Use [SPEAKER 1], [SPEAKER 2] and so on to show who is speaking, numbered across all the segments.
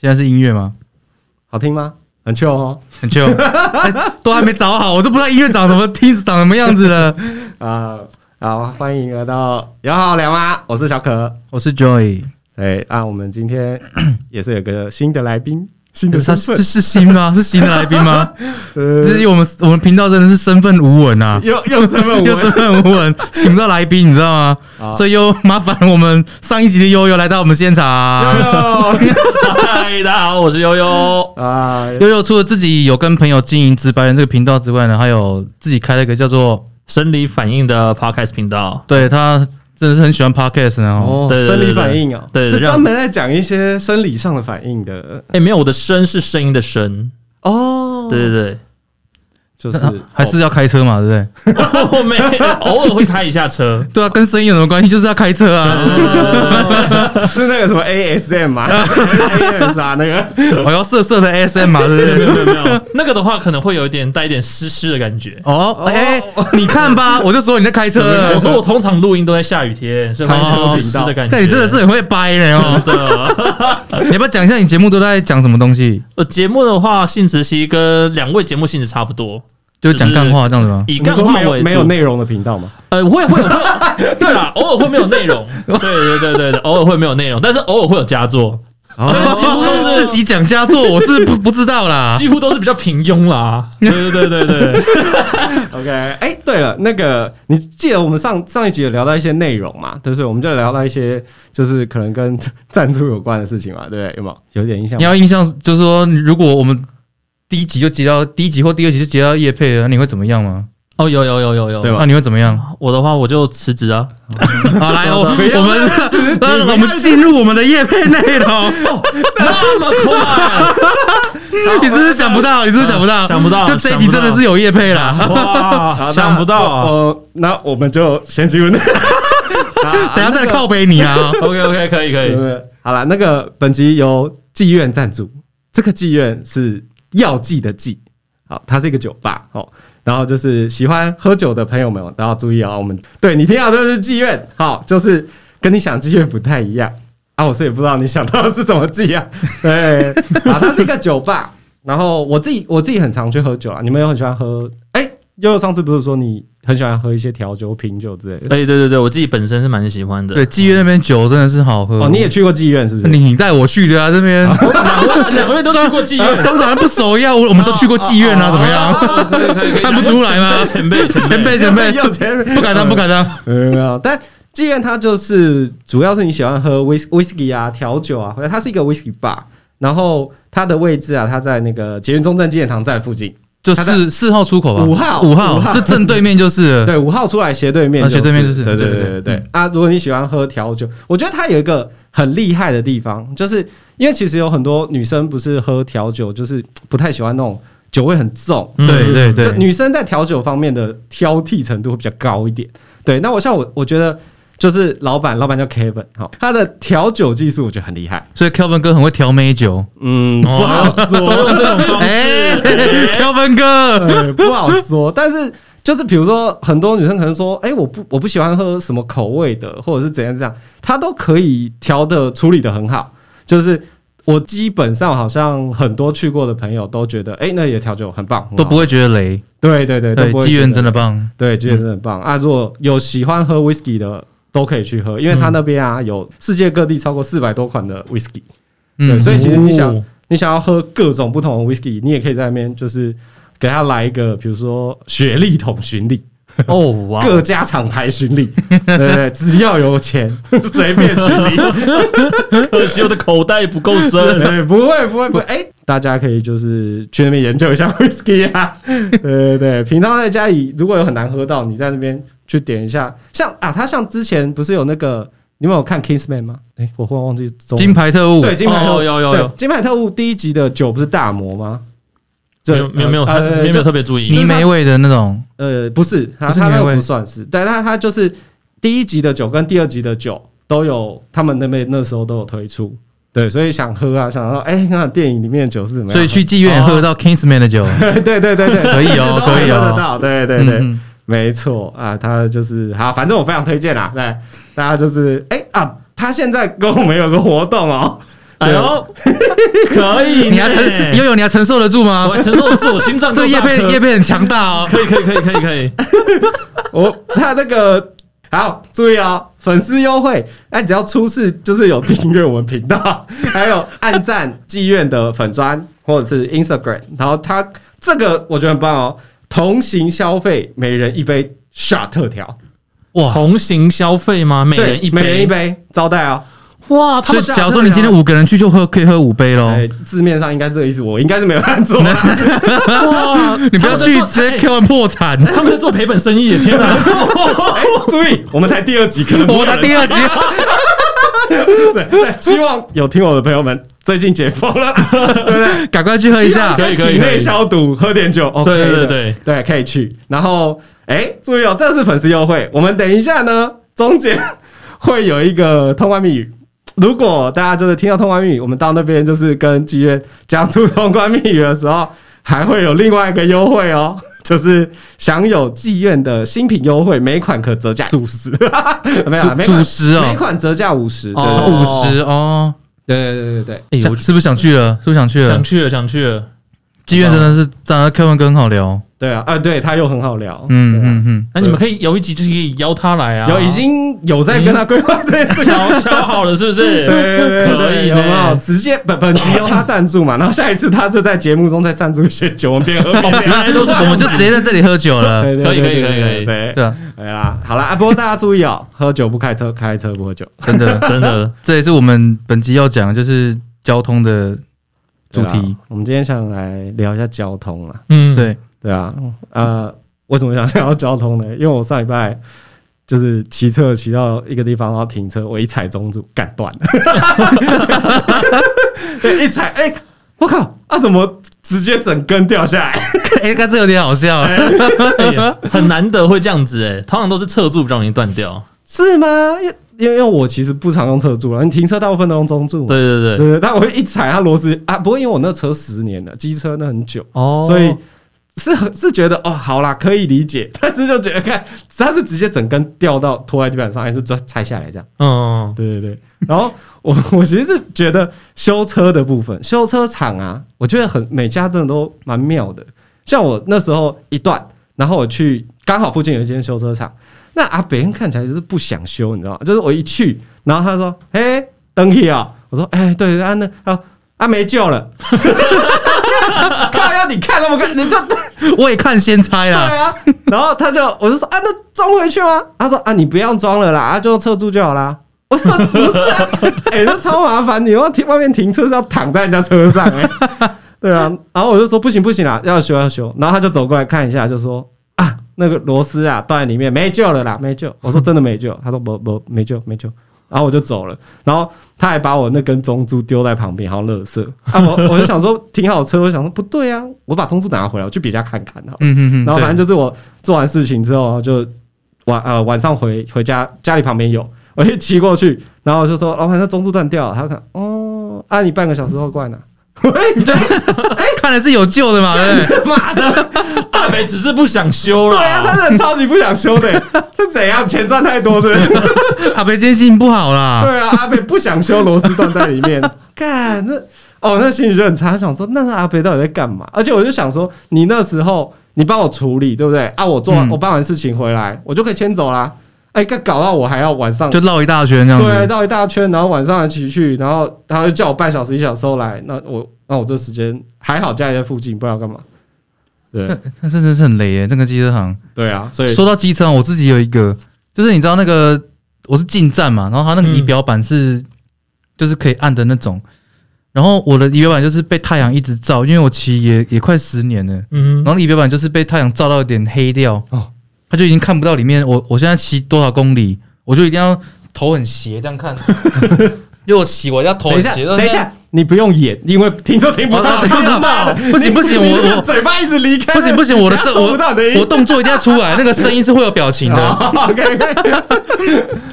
[SPEAKER 1] 现在是音乐吗？
[SPEAKER 2] 好听吗？很 chill 哦
[SPEAKER 1] 很 chill，哎 都还没找好，我都不知道音乐长什么听长什么样子了。
[SPEAKER 2] 啊、好，欢迎来到友好聊吗？我是小可。
[SPEAKER 1] 我是 Joy，
[SPEAKER 2] 哎，那、我们今天也是有个新的来宾，新的
[SPEAKER 1] 他
[SPEAKER 2] 身
[SPEAKER 1] 是
[SPEAKER 2] 份，
[SPEAKER 1] 是是新吗？是新的来宾吗？
[SPEAKER 2] 呃
[SPEAKER 1] 这是我们我们频道真的是身份无闻啊，
[SPEAKER 2] 用用身份 啊
[SPEAKER 1] 又身份无闻，请不到来宾，你知道吗？
[SPEAKER 2] 好
[SPEAKER 1] 所以又麻烦我们上一集的悠悠来到我们现场。
[SPEAKER 2] 用
[SPEAKER 3] 嗨，大家好，我是悠悠。
[SPEAKER 2] 啊，
[SPEAKER 1] 悠悠除了自己有跟朋友经营直白人这个频道之外呢，还有自己开了一个叫做
[SPEAKER 3] 生理反应的 podcast 频道，
[SPEAKER 1] 对他真的是很喜欢 podcast 呢哦。
[SPEAKER 2] 哦，
[SPEAKER 3] 对对
[SPEAKER 2] 生理
[SPEAKER 3] 对对
[SPEAKER 2] 反应哦，
[SPEAKER 3] 对
[SPEAKER 2] 是
[SPEAKER 3] 让
[SPEAKER 2] 专门在讲一些生理上的反应的
[SPEAKER 3] 哎、没有，我的声是声音的声，
[SPEAKER 2] 哦，
[SPEAKER 3] 对，对
[SPEAKER 2] 就是哦
[SPEAKER 1] 还是要开车嘛，对不对？
[SPEAKER 3] 对，我没偶尔会开一下车，
[SPEAKER 1] 对啊，跟声音有什么关系？就是要开车啊！
[SPEAKER 2] 哦是那个什么 ASM 嘛，AS 啊那个，
[SPEAKER 1] 我哦要色色的 SM 嘛，对不对？
[SPEAKER 3] 没 有没有没有，那个的话可能会有一点带一点湿湿的感觉。
[SPEAKER 1] 哦，哎、你看吧，我就说你在开车
[SPEAKER 3] 我
[SPEAKER 1] 了。
[SPEAKER 3] 说我通常录音都在下雨天，所以会有点湿的感觉。
[SPEAKER 1] 哦但你真的是很会掰人 哦！
[SPEAKER 3] 真的。
[SPEAKER 1] 你要不要讲一下你节目都在讲什么东西？
[SPEAKER 3] 呃，节目的话性质其实跟两位节目性质差不多，
[SPEAKER 1] 就讲干话这样子吗？
[SPEAKER 3] 以
[SPEAKER 2] 你
[SPEAKER 3] 干
[SPEAKER 2] 说
[SPEAKER 3] 话
[SPEAKER 2] 没有
[SPEAKER 3] 为主
[SPEAKER 2] 没有内容的频道嘛？
[SPEAKER 3] 呃，会会有会， 对啦，偶尔会没有内容，对对对对对，偶尔会没有内容，但是偶尔会有佳作，
[SPEAKER 1] 哦
[SPEAKER 3] 节目都是
[SPEAKER 1] 自己讲佳作，我是不不知道 啦。
[SPEAKER 3] 几乎都是比较平庸啦。对对对对对，
[SPEAKER 2] OK，哎、对了，那个你记得我们上上一集有聊到一些内容嘛？对不对？我们就聊到一些就是可能跟 赞助有关的事情嘛，对不对？有没有有点印象
[SPEAKER 1] 你？要印象就是说，如果我们第一集就接到第一集或第二集就接到叶配了，那你会怎么样吗？ 啊
[SPEAKER 3] 哦，有有有有有，
[SPEAKER 2] 对吧
[SPEAKER 1] 那你会怎么 样？
[SPEAKER 3] 我的话我就辞职啊，
[SPEAKER 1] 好，来，我我们 那我们进入我们的叶配内容。
[SPEAKER 3] 那么快，
[SPEAKER 1] 你是不是想不到？你是不是想不到？
[SPEAKER 3] 想不到
[SPEAKER 1] 就这一集真的是有叶配啦。
[SPEAKER 3] 哇，
[SPEAKER 2] 好
[SPEAKER 3] 想不到
[SPEAKER 2] 那
[SPEAKER 3] 啊。
[SPEAKER 2] 哦，那我们就先进入那。 啊
[SPEAKER 1] 等一下再来靠背你啊！
[SPEAKER 3] OK OK，可以可
[SPEAKER 2] 对
[SPEAKER 3] 以，
[SPEAKER 2] 对好了，那个本集由妓院赞助，这个妓院是药剂的剂，好，它是一个酒吧哦。然后就是喜欢喝酒的朋友们都要注意哦，我们对你听到这是妓院，好，就是跟你想妓院不太一样啊。我是也不知道你想到的是什么妓啊， 对，啊，它是一个酒吧。然后我自己我自己很常去喝酒啊，你们有很喜欢喝？哎、悠悠上次不是说你很喜欢喝一些调酒、品酒之类的？
[SPEAKER 3] 哎，对对对，我自己本身是蛮喜欢的。
[SPEAKER 1] 对，妓院那边酒真的是好喝
[SPEAKER 2] 哦，你也去过妓院是不是？
[SPEAKER 1] 呃你你带我去的啊，这边
[SPEAKER 3] 两位两位都去过妓 院，
[SPEAKER 1] 香港人不熟一样，我我们都去过妓院啊，怎么样？
[SPEAKER 3] 可以可以可以
[SPEAKER 1] 看不出来吗
[SPEAKER 3] 前辈 前辈
[SPEAKER 1] 前辈前辈，
[SPEAKER 2] 有钱人
[SPEAKER 1] 不敢当不敢当。
[SPEAKER 2] 没有没有，但妓院它就是主要是你喜欢喝威威士忌啊、调酒啊，或者它是一个威士忌 bar，然后它的位置啊，它在那个捷运中正纪念堂站附近，
[SPEAKER 1] 就
[SPEAKER 2] 他
[SPEAKER 1] 四四号出口吧，
[SPEAKER 2] 五号
[SPEAKER 1] 五
[SPEAKER 2] 五
[SPEAKER 1] 号，
[SPEAKER 2] 号
[SPEAKER 1] 这正对面就是了。
[SPEAKER 2] 对，五号出来斜对面、
[SPEAKER 1] 啊斜对面就是
[SPEAKER 2] 对对
[SPEAKER 1] 对
[SPEAKER 2] 对
[SPEAKER 1] 对
[SPEAKER 2] 对对
[SPEAKER 1] 嗯
[SPEAKER 2] 啊！如果你喜欢喝调酒，我觉得它有一个很厉害的地方，就是因为其实有很多女生不是喝调酒，就是不太喜欢那种酒味很重，
[SPEAKER 3] 嗯
[SPEAKER 1] 对对
[SPEAKER 2] 就
[SPEAKER 1] 对，
[SPEAKER 2] 女生在调酒方面的挑剔程度会比较高一点。对，那我像我，我觉得就是老板，老板叫 Kevin，好，他的调酒技术我觉得很厉害。
[SPEAKER 1] 所以 Kelvin 哥很会调美酒。
[SPEAKER 2] 嗯，不
[SPEAKER 3] 哦
[SPEAKER 2] 好
[SPEAKER 3] 都用
[SPEAKER 2] 说，
[SPEAKER 3] 这种方
[SPEAKER 1] 哎
[SPEAKER 3] 式，
[SPEAKER 1] ，Kelvin 哥，
[SPEAKER 2] 对呃不好说。但是就是比如说，很多女生可能说，哎、我不我不喜欢喝什么口味的，或者是怎样怎样，他都可以调的处理的很好。就是我基本上好像很多去过的朋友都觉得，哎、那也调酒很棒，很好
[SPEAKER 1] 都不会觉得雷。
[SPEAKER 2] 对对对，都
[SPEAKER 1] 对，
[SPEAKER 2] 不会
[SPEAKER 1] 妓院
[SPEAKER 2] 觉得
[SPEAKER 1] 真的棒。
[SPEAKER 2] 对，这也是很棒、啊！如果有喜欢喝 whisky 的，都可以去喝，因为
[SPEAKER 1] 嗯
[SPEAKER 2] 他那边啊、有世界各地超过四百多款的 whisky，、对，
[SPEAKER 1] 嗯，
[SPEAKER 2] 所以其实你想
[SPEAKER 3] 哦，
[SPEAKER 2] 你想要喝各种不同的 whisky，你也可以在那边就是给他来一个，比如说雪莉桶巡礼，
[SPEAKER 3] 哦哇，
[SPEAKER 2] 各家厂牌巡礼，对对对，只要有钱 随便巡礼，
[SPEAKER 3] 可惜我的口袋不够深。
[SPEAKER 2] 对，不会不会不会，哎、大家可以就是去那边研究一下 whisky 啊，对对对，平常在家里如果有很难喝到，你在那边去点一下，像啊，他像之前不是有那个，你们有看 Kingsman 吗？哎、我忽然忘记中文
[SPEAKER 1] 金牌特务，
[SPEAKER 2] 对金牌特务、
[SPEAKER 3] 哦有有
[SPEAKER 2] 对
[SPEAKER 3] 有
[SPEAKER 2] 金牌特务第一集的酒不是大魔吗？
[SPEAKER 3] 没有没有没有，
[SPEAKER 2] 呃
[SPEAKER 3] 没有没有特别 注意。
[SPEAKER 1] 泥煤味的那种。
[SPEAKER 2] 呃，不是，他
[SPEAKER 1] 不是
[SPEAKER 2] 他那
[SPEAKER 1] 原
[SPEAKER 2] 个
[SPEAKER 1] 味
[SPEAKER 2] 不算是，但他他就是第一集的酒跟第二集的酒都有，他们那边那时候都有推出，对，所以想喝啊，想说，哎、那电影里面的酒是怎么样？
[SPEAKER 1] 所以去妓院也喝得到 Kingsman 的酒，
[SPEAKER 2] 对对对对，
[SPEAKER 1] 可以哦
[SPEAKER 2] 一直都
[SPEAKER 1] 可以哦
[SPEAKER 2] 喝得到，对对对，
[SPEAKER 1] 嗯嗯
[SPEAKER 2] 没错啊，他就是好，反正我非常推荐啦，对，大家就是哎、啊，他现在跟我们有个活动哦，
[SPEAKER 3] 哎呦，可以 呢，
[SPEAKER 1] 你还承悠悠，你还承受得住吗
[SPEAKER 3] 哎我？还承受得住，我心脏
[SPEAKER 1] 这个叶
[SPEAKER 3] 叶
[SPEAKER 1] 配叶配很强大哦。
[SPEAKER 3] 可以可以可以可以可以，
[SPEAKER 2] 我哦他那个好，注意哦，粉丝优惠，哎，只要出示就是有订阅我们频道，还有按赞妓院的粉砖或者是 Instagram，然后他这个我觉得很棒哦，同行消费每人一杯 shot 特调，
[SPEAKER 1] 哇！
[SPEAKER 3] 同行消费吗？每
[SPEAKER 2] 对
[SPEAKER 3] 人一，杯，
[SPEAKER 2] 每人一杯招待哦。
[SPEAKER 3] 哇，他
[SPEAKER 1] 所以
[SPEAKER 3] 们
[SPEAKER 1] 假如说你今天五个人去，就喝可以喝五杯
[SPEAKER 3] 哦
[SPEAKER 1] 喽。
[SPEAKER 2] 哎，字面上应该是这个意思，我应该是没有按错啦。
[SPEAKER 3] 哇，
[SPEAKER 1] 啊 你不要去直接
[SPEAKER 3] 哎
[SPEAKER 1] Q 完破产。
[SPEAKER 3] 他们在做赔本生意，天哪！
[SPEAKER 2] 哎，注意，我们才第二集，可能
[SPEAKER 1] 我才第二集，
[SPEAKER 2] 希望有听我的朋友们最近解封了，对不对？
[SPEAKER 1] 赶快去喝一下。
[SPEAKER 3] 可以可以
[SPEAKER 2] 体内消毒，喝点酒。哦，
[SPEAKER 3] 对
[SPEAKER 2] 可以
[SPEAKER 3] 对
[SPEAKER 2] 的
[SPEAKER 3] 对
[SPEAKER 2] 对，可以去。然后，哎，注意哦，这是粉丝优惠。我们等一下呢，中间会有一个通关密语。如果大家就是听到通关密语，我们到那边就是跟剧院讲出通关密语的时候，还会有另外一个优惠哦。就是享有妓院的新品优惠，每款可折价五十，没有啊，
[SPEAKER 1] 主
[SPEAKER 2] 每款
[SPEAKER 1] 主食哦
[SPEAKER 2] 每款折价五十，对对对
[SPEAKER 1] 五十哦，
[SPEAKER 2] 对对对对对，
[SPEAKER 1] 哎，
[SPEAKER 3] 想
[SPEAKER 1] 我是不是想去了？是不是想去了
[SPEAKER 3] 想？去了，想去了。
[SPEAKER 1] 妓院真的是长得 Q 文哥很好聊。
[SPEAKER 2] 对啊，啊，对，他又很好聊，
[SPEAKER 1] 嗯
[SPEAKER 2] 对啊，
[SPEAKER 1] 嗯嗯，
[SPEAKER 3] 那你们可以有一集就是可以邀他来啊，
[SPEAKER 2] 有已经有在跟他规划这件事 情，
[SPEAKER 3] 敲敲好了，是不是？
[SPEAKER 2] 对 对对对
[SPEAKER 3] 可以
[SPEAKER 2] 有没有？
[SPEAKER 3] 呢。
[SPEAKER 2] 直接本本集由他赞助嘛，然后下一次他就在节目中再赞助一些酒，我们边喝边 聊。
[SPEAKER 3] 都是
[SPEAKER 1] 我们就直接在这里喝酒了。
[SPEAKER 2] 对对
[SPEAKER 3] 可以
[SPEAKER 2] 对
[SPEAKER 3] 可以
[SPEAKER 2] 对
[SPEAKER 3] 可以可以
[SPEAKER 2] 对
[SPEAKER 1] 对啊，
[SPEAKER 2] 对啦，好啦，啊，不过大家注意哦，喝酒不开车，开车不喝酒。
[SPEAKER 1] 真的，
[SPEAKER 3] 真的，
[SPEAKER 1] 这也是我们本集要讲的，就是交通的主
[SPEAKER 2] 对啊啦
[SPEAKER 1] 题。，
[SPEAKER 2] 我们今天想来聊一下交通啊啦。
[SPEAKER 3] 嗯，
[SPEAKER 1] 对，
[SPEAKER 2] 对啊，呃，为什么想聊交通呢？因为 我上礼拜就是骑车骑到一个地方，然后停车，我一踩中柱，干断 了，对一踩，哎、我靠，啊，怎么直接整根掉下来？
[SPEAKER 1] 哎，刚这有点好笑。
[SPEAKER 3] 哎 呀很难得会这样子哎，通常都是侧柱不容易断掉。
[SPEAKER 2] 是吗？因为因为因为我其实不常用侧柱了，你停车大部分都用中柱嘛。
[SPEAKER 3] 对对对，
[SPEAKER 2] 对对，但我一踩它螺丝啊，不过因为我那车十年了，机车那很久，
[SPEAKER 3] 哦
[SPEAKER 2] 所以是 很是觉得哦，好啦，可以理解，但是就觉得看它是直接整根掉到拖在地板上，还是抓拆下来这样？
[SPEAKER 3] 嗯，
[SPEAKER 2] 对对对。然后我 我其实是觉得修车的部分，修车厂啊，我觉得很每家真的都蛮妙的。像我那时候一段，然后我去刚好附近有一间修车厂，那阿北看起来就是不想修，你知道吗？就是我一去，然后他说：“哎、登记啊。”我说：“哎、对对啊，那啊啊没救了。” 看呀，你看那么看，你就
[SPEAKER 1] 我也看先猜
[SPEAKER 2] 对
[SPEAKER 1] 啦。
[SPEAKER 2] 啊，然后他就我就说啊，那装回去吗？他说啊，你不要装了啦，啊，就用侧柱就好啦。我说不是、啊， 哎、那超麻烦，你要停外面停车是要躺在人家车上哎、对啊，然后我就说不行不行啦，要修要修，然后他就走过来看一下，就说啊，那个螺丝啊断在里面，没救了啦，没救。我说真的没救，他说不不没救没救，然后我就走了，然后他还把我那根中珠丢在旁边，好像垃圾啊，我我就想说停好车，我想说不对啊，我把中珠拿回来，我去别家看看好了。
[SPEAKER 1] 嗯嗯嗯，
[SPEAKER 2] 然后反正就是我做完事情之后，然后就晚呃晚上回回家，家里旁边有，我就骑过去，然后我就说老板，那中柱断掉了，他看哦，啊你半个小时后过来拿，喂，你这
[SPEAKER 1] 哎看来是有救的嘛，对不对？
[SPEAKER 2] 妈的，
[SPEAKER 3] 阿美只是不想修
[SPEAKER 2] 对
[SPEAKER 3] 了。
[SPEAKER 2] 啊，他真的超级不想修的，是怎样钱赚太多是不是？
[SPEAKER 1] 阿北今天心情不好啦，
[SPEAKER 2] 对啊，阿北不想修，螺丝断在里面，干这哦，那心里就很差，想说那是阿北到底在干嘛？而且我就想说，你那时候你帮我处理，对不对？啊，我做完、
[SPEAKER 1] 嗯
[SPEAKER 2] 我办完事情回来，我就可以迁走啦。哎，干搞到我还要晚上
[SPEAKER 1] 就绕一大圈这样
[SPEAKER 2] 对，啊
[SPEAKER 1] 子。
[SPEAKER 2] 绕一大圈，然后晚上还骑去，然后他就叫我半小时一小时后来，那我那我这时间还好，家里在附近，不知道干嘛。对
[SPEAKER 1] 那真的是很雷耶，那个机车行。
[SPEAKER 2] 对啊，所以
[SPEAKER 1] 说到机车，我自己有一个，就是你知道那个我是进站嘛，然后它那个
[SPEAKER 2] 嗯
[SPEAKER 1] 仪表板是、就是可以按的那种，然后我的仪表板就是被太阳一直照，因为我骑也也快十年了，
[SPEAKER 3] 嗯
[SPEAKER 1] 然，后仪表板就是被太阳照到有点黑掉，
[SPEAKER 2] 哦
[SPEAKER 1] 它就已经看不到里面。我我现在骑多少公里，我就一定要头很斜这样 看，因为我骑我要头
[SPEAKER 2] 等
[SPEAKER 1] 很
[SPEAKER 2] 一下，
[SPEAKER 1] 斜，
[SPEAKER 2] 等一下，你不用演，因为听都听不到，
[SPEAKER 1] 哦听不到
[SPEAKER 2] 妈的
[SPEAKER 1] 不行
[SPEAKER 2] 你
[SPEAKER 1] 不行
[SPEAKER 2] 你
[SPEAKER 1] 我
[SPEAKER 2] 那个
[SPEAKER 1] 我
[SPEAKER 2] 嘴巴一直离开，
[SPEAKER 1] 不行不行，我的
[SPEAKER 2] 是
[SPEAKER 1] 声
[SPEAKER 2] 收
[SPEAKER 1] 我
[SPEAKER 2] 不到你的音
[SPEAKER 1] 我动作一定要出来，那个声音是会有表情的，
[SPEAKER 2] 哦 OK，OK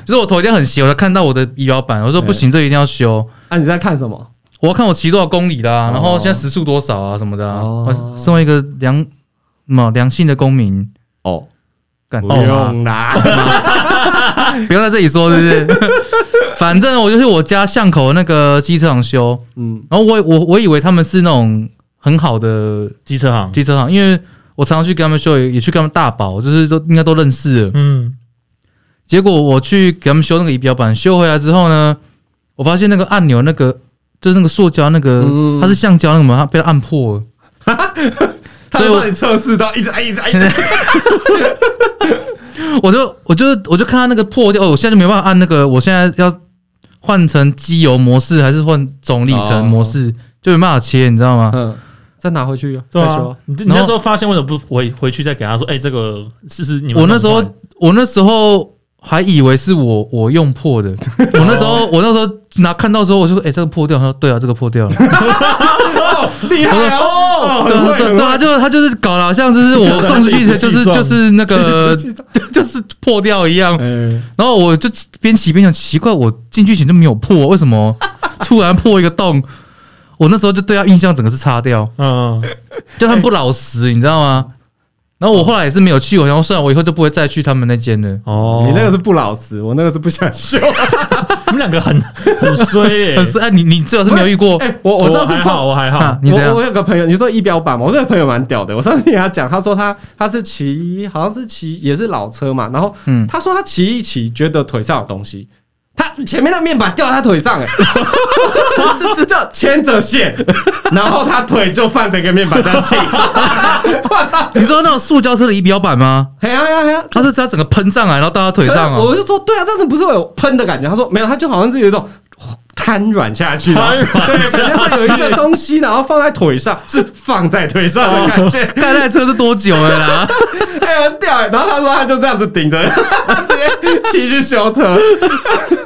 [SPEAKER 1] 就是我头一定要很斜，我才看到我的仪表板，我说不行，这一定要修。
[SPEAKER 2] 啊，你在看什么？
[SPEAKER 1] 我要看我骑多少公里啦，
[SPEAKER 2] 哦
[SPEAKER 1] 然后现在时速多少啊什么的啊。
[SPEAKER 2] 哦
[SPEAKER 1] 我身为一个良什么良性的公民，
[SPEAKER 2] 哦，
[SPEAKER 1] 干
[SPEAKER 2] 不用啦，
[SPEAKER 1] 不要在这里说，是不是？反正我就是我家巷口那个机车行修，
[SPEAKER 2] 嗯，
[SPEAKER 1] 然后我我我以为他们是那种很好的
[SPEAKER 3] 机车行，
[SPEAKER 1] 机车行，因为我常常去跟他们修，也也去跟他们大保，就是都应该都认识了。
[SPEAKER 3] 嗯，
[SPEAKER 1] 结果我去给他们修那个仪表板，修回来之后呢，我发现那个按钮那个就是那个塑胶那个，
[SPEAKER 2] 嗯
[SPEAKER 1] 它是橡胶那个嘛，它被它按破了。
[SPEAKER 2] 他
[SPEAKER 1] 所以我
[SPEAKER 2] 帮你测试到一直按一直按一直按，
[SPEAKER 1] 我就我就我就看它那个破掉，哦我现在就没办法按那个，我现在要换成机油模式还是换总里程模式，就没办法切，你知道吗？
[SPEAKER 2] 嗯，再拿回去
[SPEAKER 3] 对
[SPEAKER 2] 再修
[SPEAKER 3] 啊。，你你那时候发现为什么不回回去再给他说？哎，这个试试你们
[SPEAKER 1] 我
[SPEAKER 3] 弄坏。
[SPEAKER 1] 那时候我那时候还以为是我我用破 的，我那时候我那时候拿看到的时候我就说，哎、这个破掉，他说对啊，这个破 掉了。
[SPEAKER 2] 厉害
[SPEAKER 1] 哦
[SPEAKER 2] 哦，啊
[SPEAKER 1] 对
[SPEAKER 2] 很
[SPEAKER 1] 啊
[SPEAKER 2] 会
[SPEAKER 1] 对啊
[SPEAKER 2] 很
[SPEAKER 1] 对
[SPEAKER 2] 会
[SPEAKER 1] 啊，就他就是搞得好像就是 我送出去就是就是那个 就是破掉一样，
[SPEAKER 2] 嗯，
[SPEAKER 1] 然后我就边骑边想，奇怪，我进去前就没有破，为什 么突然破一个洞？我那时候就对他印象整个是擦掉，
[SPEAKER 3] 嗯，
[SPEAKER 1] 就他们不老实，你知道吗？然后我后来也是没有去，我想说算了，我以后就不会再去他们那间了，
[SPEAKER 3] 哦，
[SPEAKER 2] 你那个是不老实，我那个是不想修。
[SPEAKER 3] 你们两个很 很衰 耶
[SPEAKER 1] 可，是哎，你你最好是没有遇过，
[SPEAKER 2] 哎，我我上次
[SPEAKER 3] 还
[SPEAKER 2] 碰
[SPEAKER 3] 好，我还好
[SPEAKER 1] 啊，你怎样
[SPEAKER 2] 我我有个朋友，你说仪表板嘛，我那个朋友蛮屌的。我上次听他讲，他说他他是骑，好像是骑也是老车嘛，然后
[SPEAKER 1] 嗯
[SPEAKER 2] 他说他骑一骑，觉得腿上有东西，他前面那面板掉在他腿上、欸， 这这叫牵 着线，然后他腿就放着一个面板在骑， 我操！
[SPEAKER 1] 你知道那种塑胶车的仪表板吗？
[SPEAKER 2] 嘿呀嘿呀嘿呀！
[SPEAKER 1] 它是它整个喷上来，然后到他腿上
[SPEAKER 2] 可是嗯我
[SPEAKER 1] 哦，
[SPEAKER 2] 就说对啊，但是不是会有喷的感觉？他说没有，他就好像是有一种瘫软下去，
[SPEAKER 3] 瘫软
[SPEAKER 2] 对，感觉会有一个东西，然后放在腿上，是放在腿上的感觉，
[SPEAKER 1] 盖那台车是多久了 啦？
[SPEAKER 2] 哎、很屌哎、然后他说他就这样子顶着， 直接骑去修车，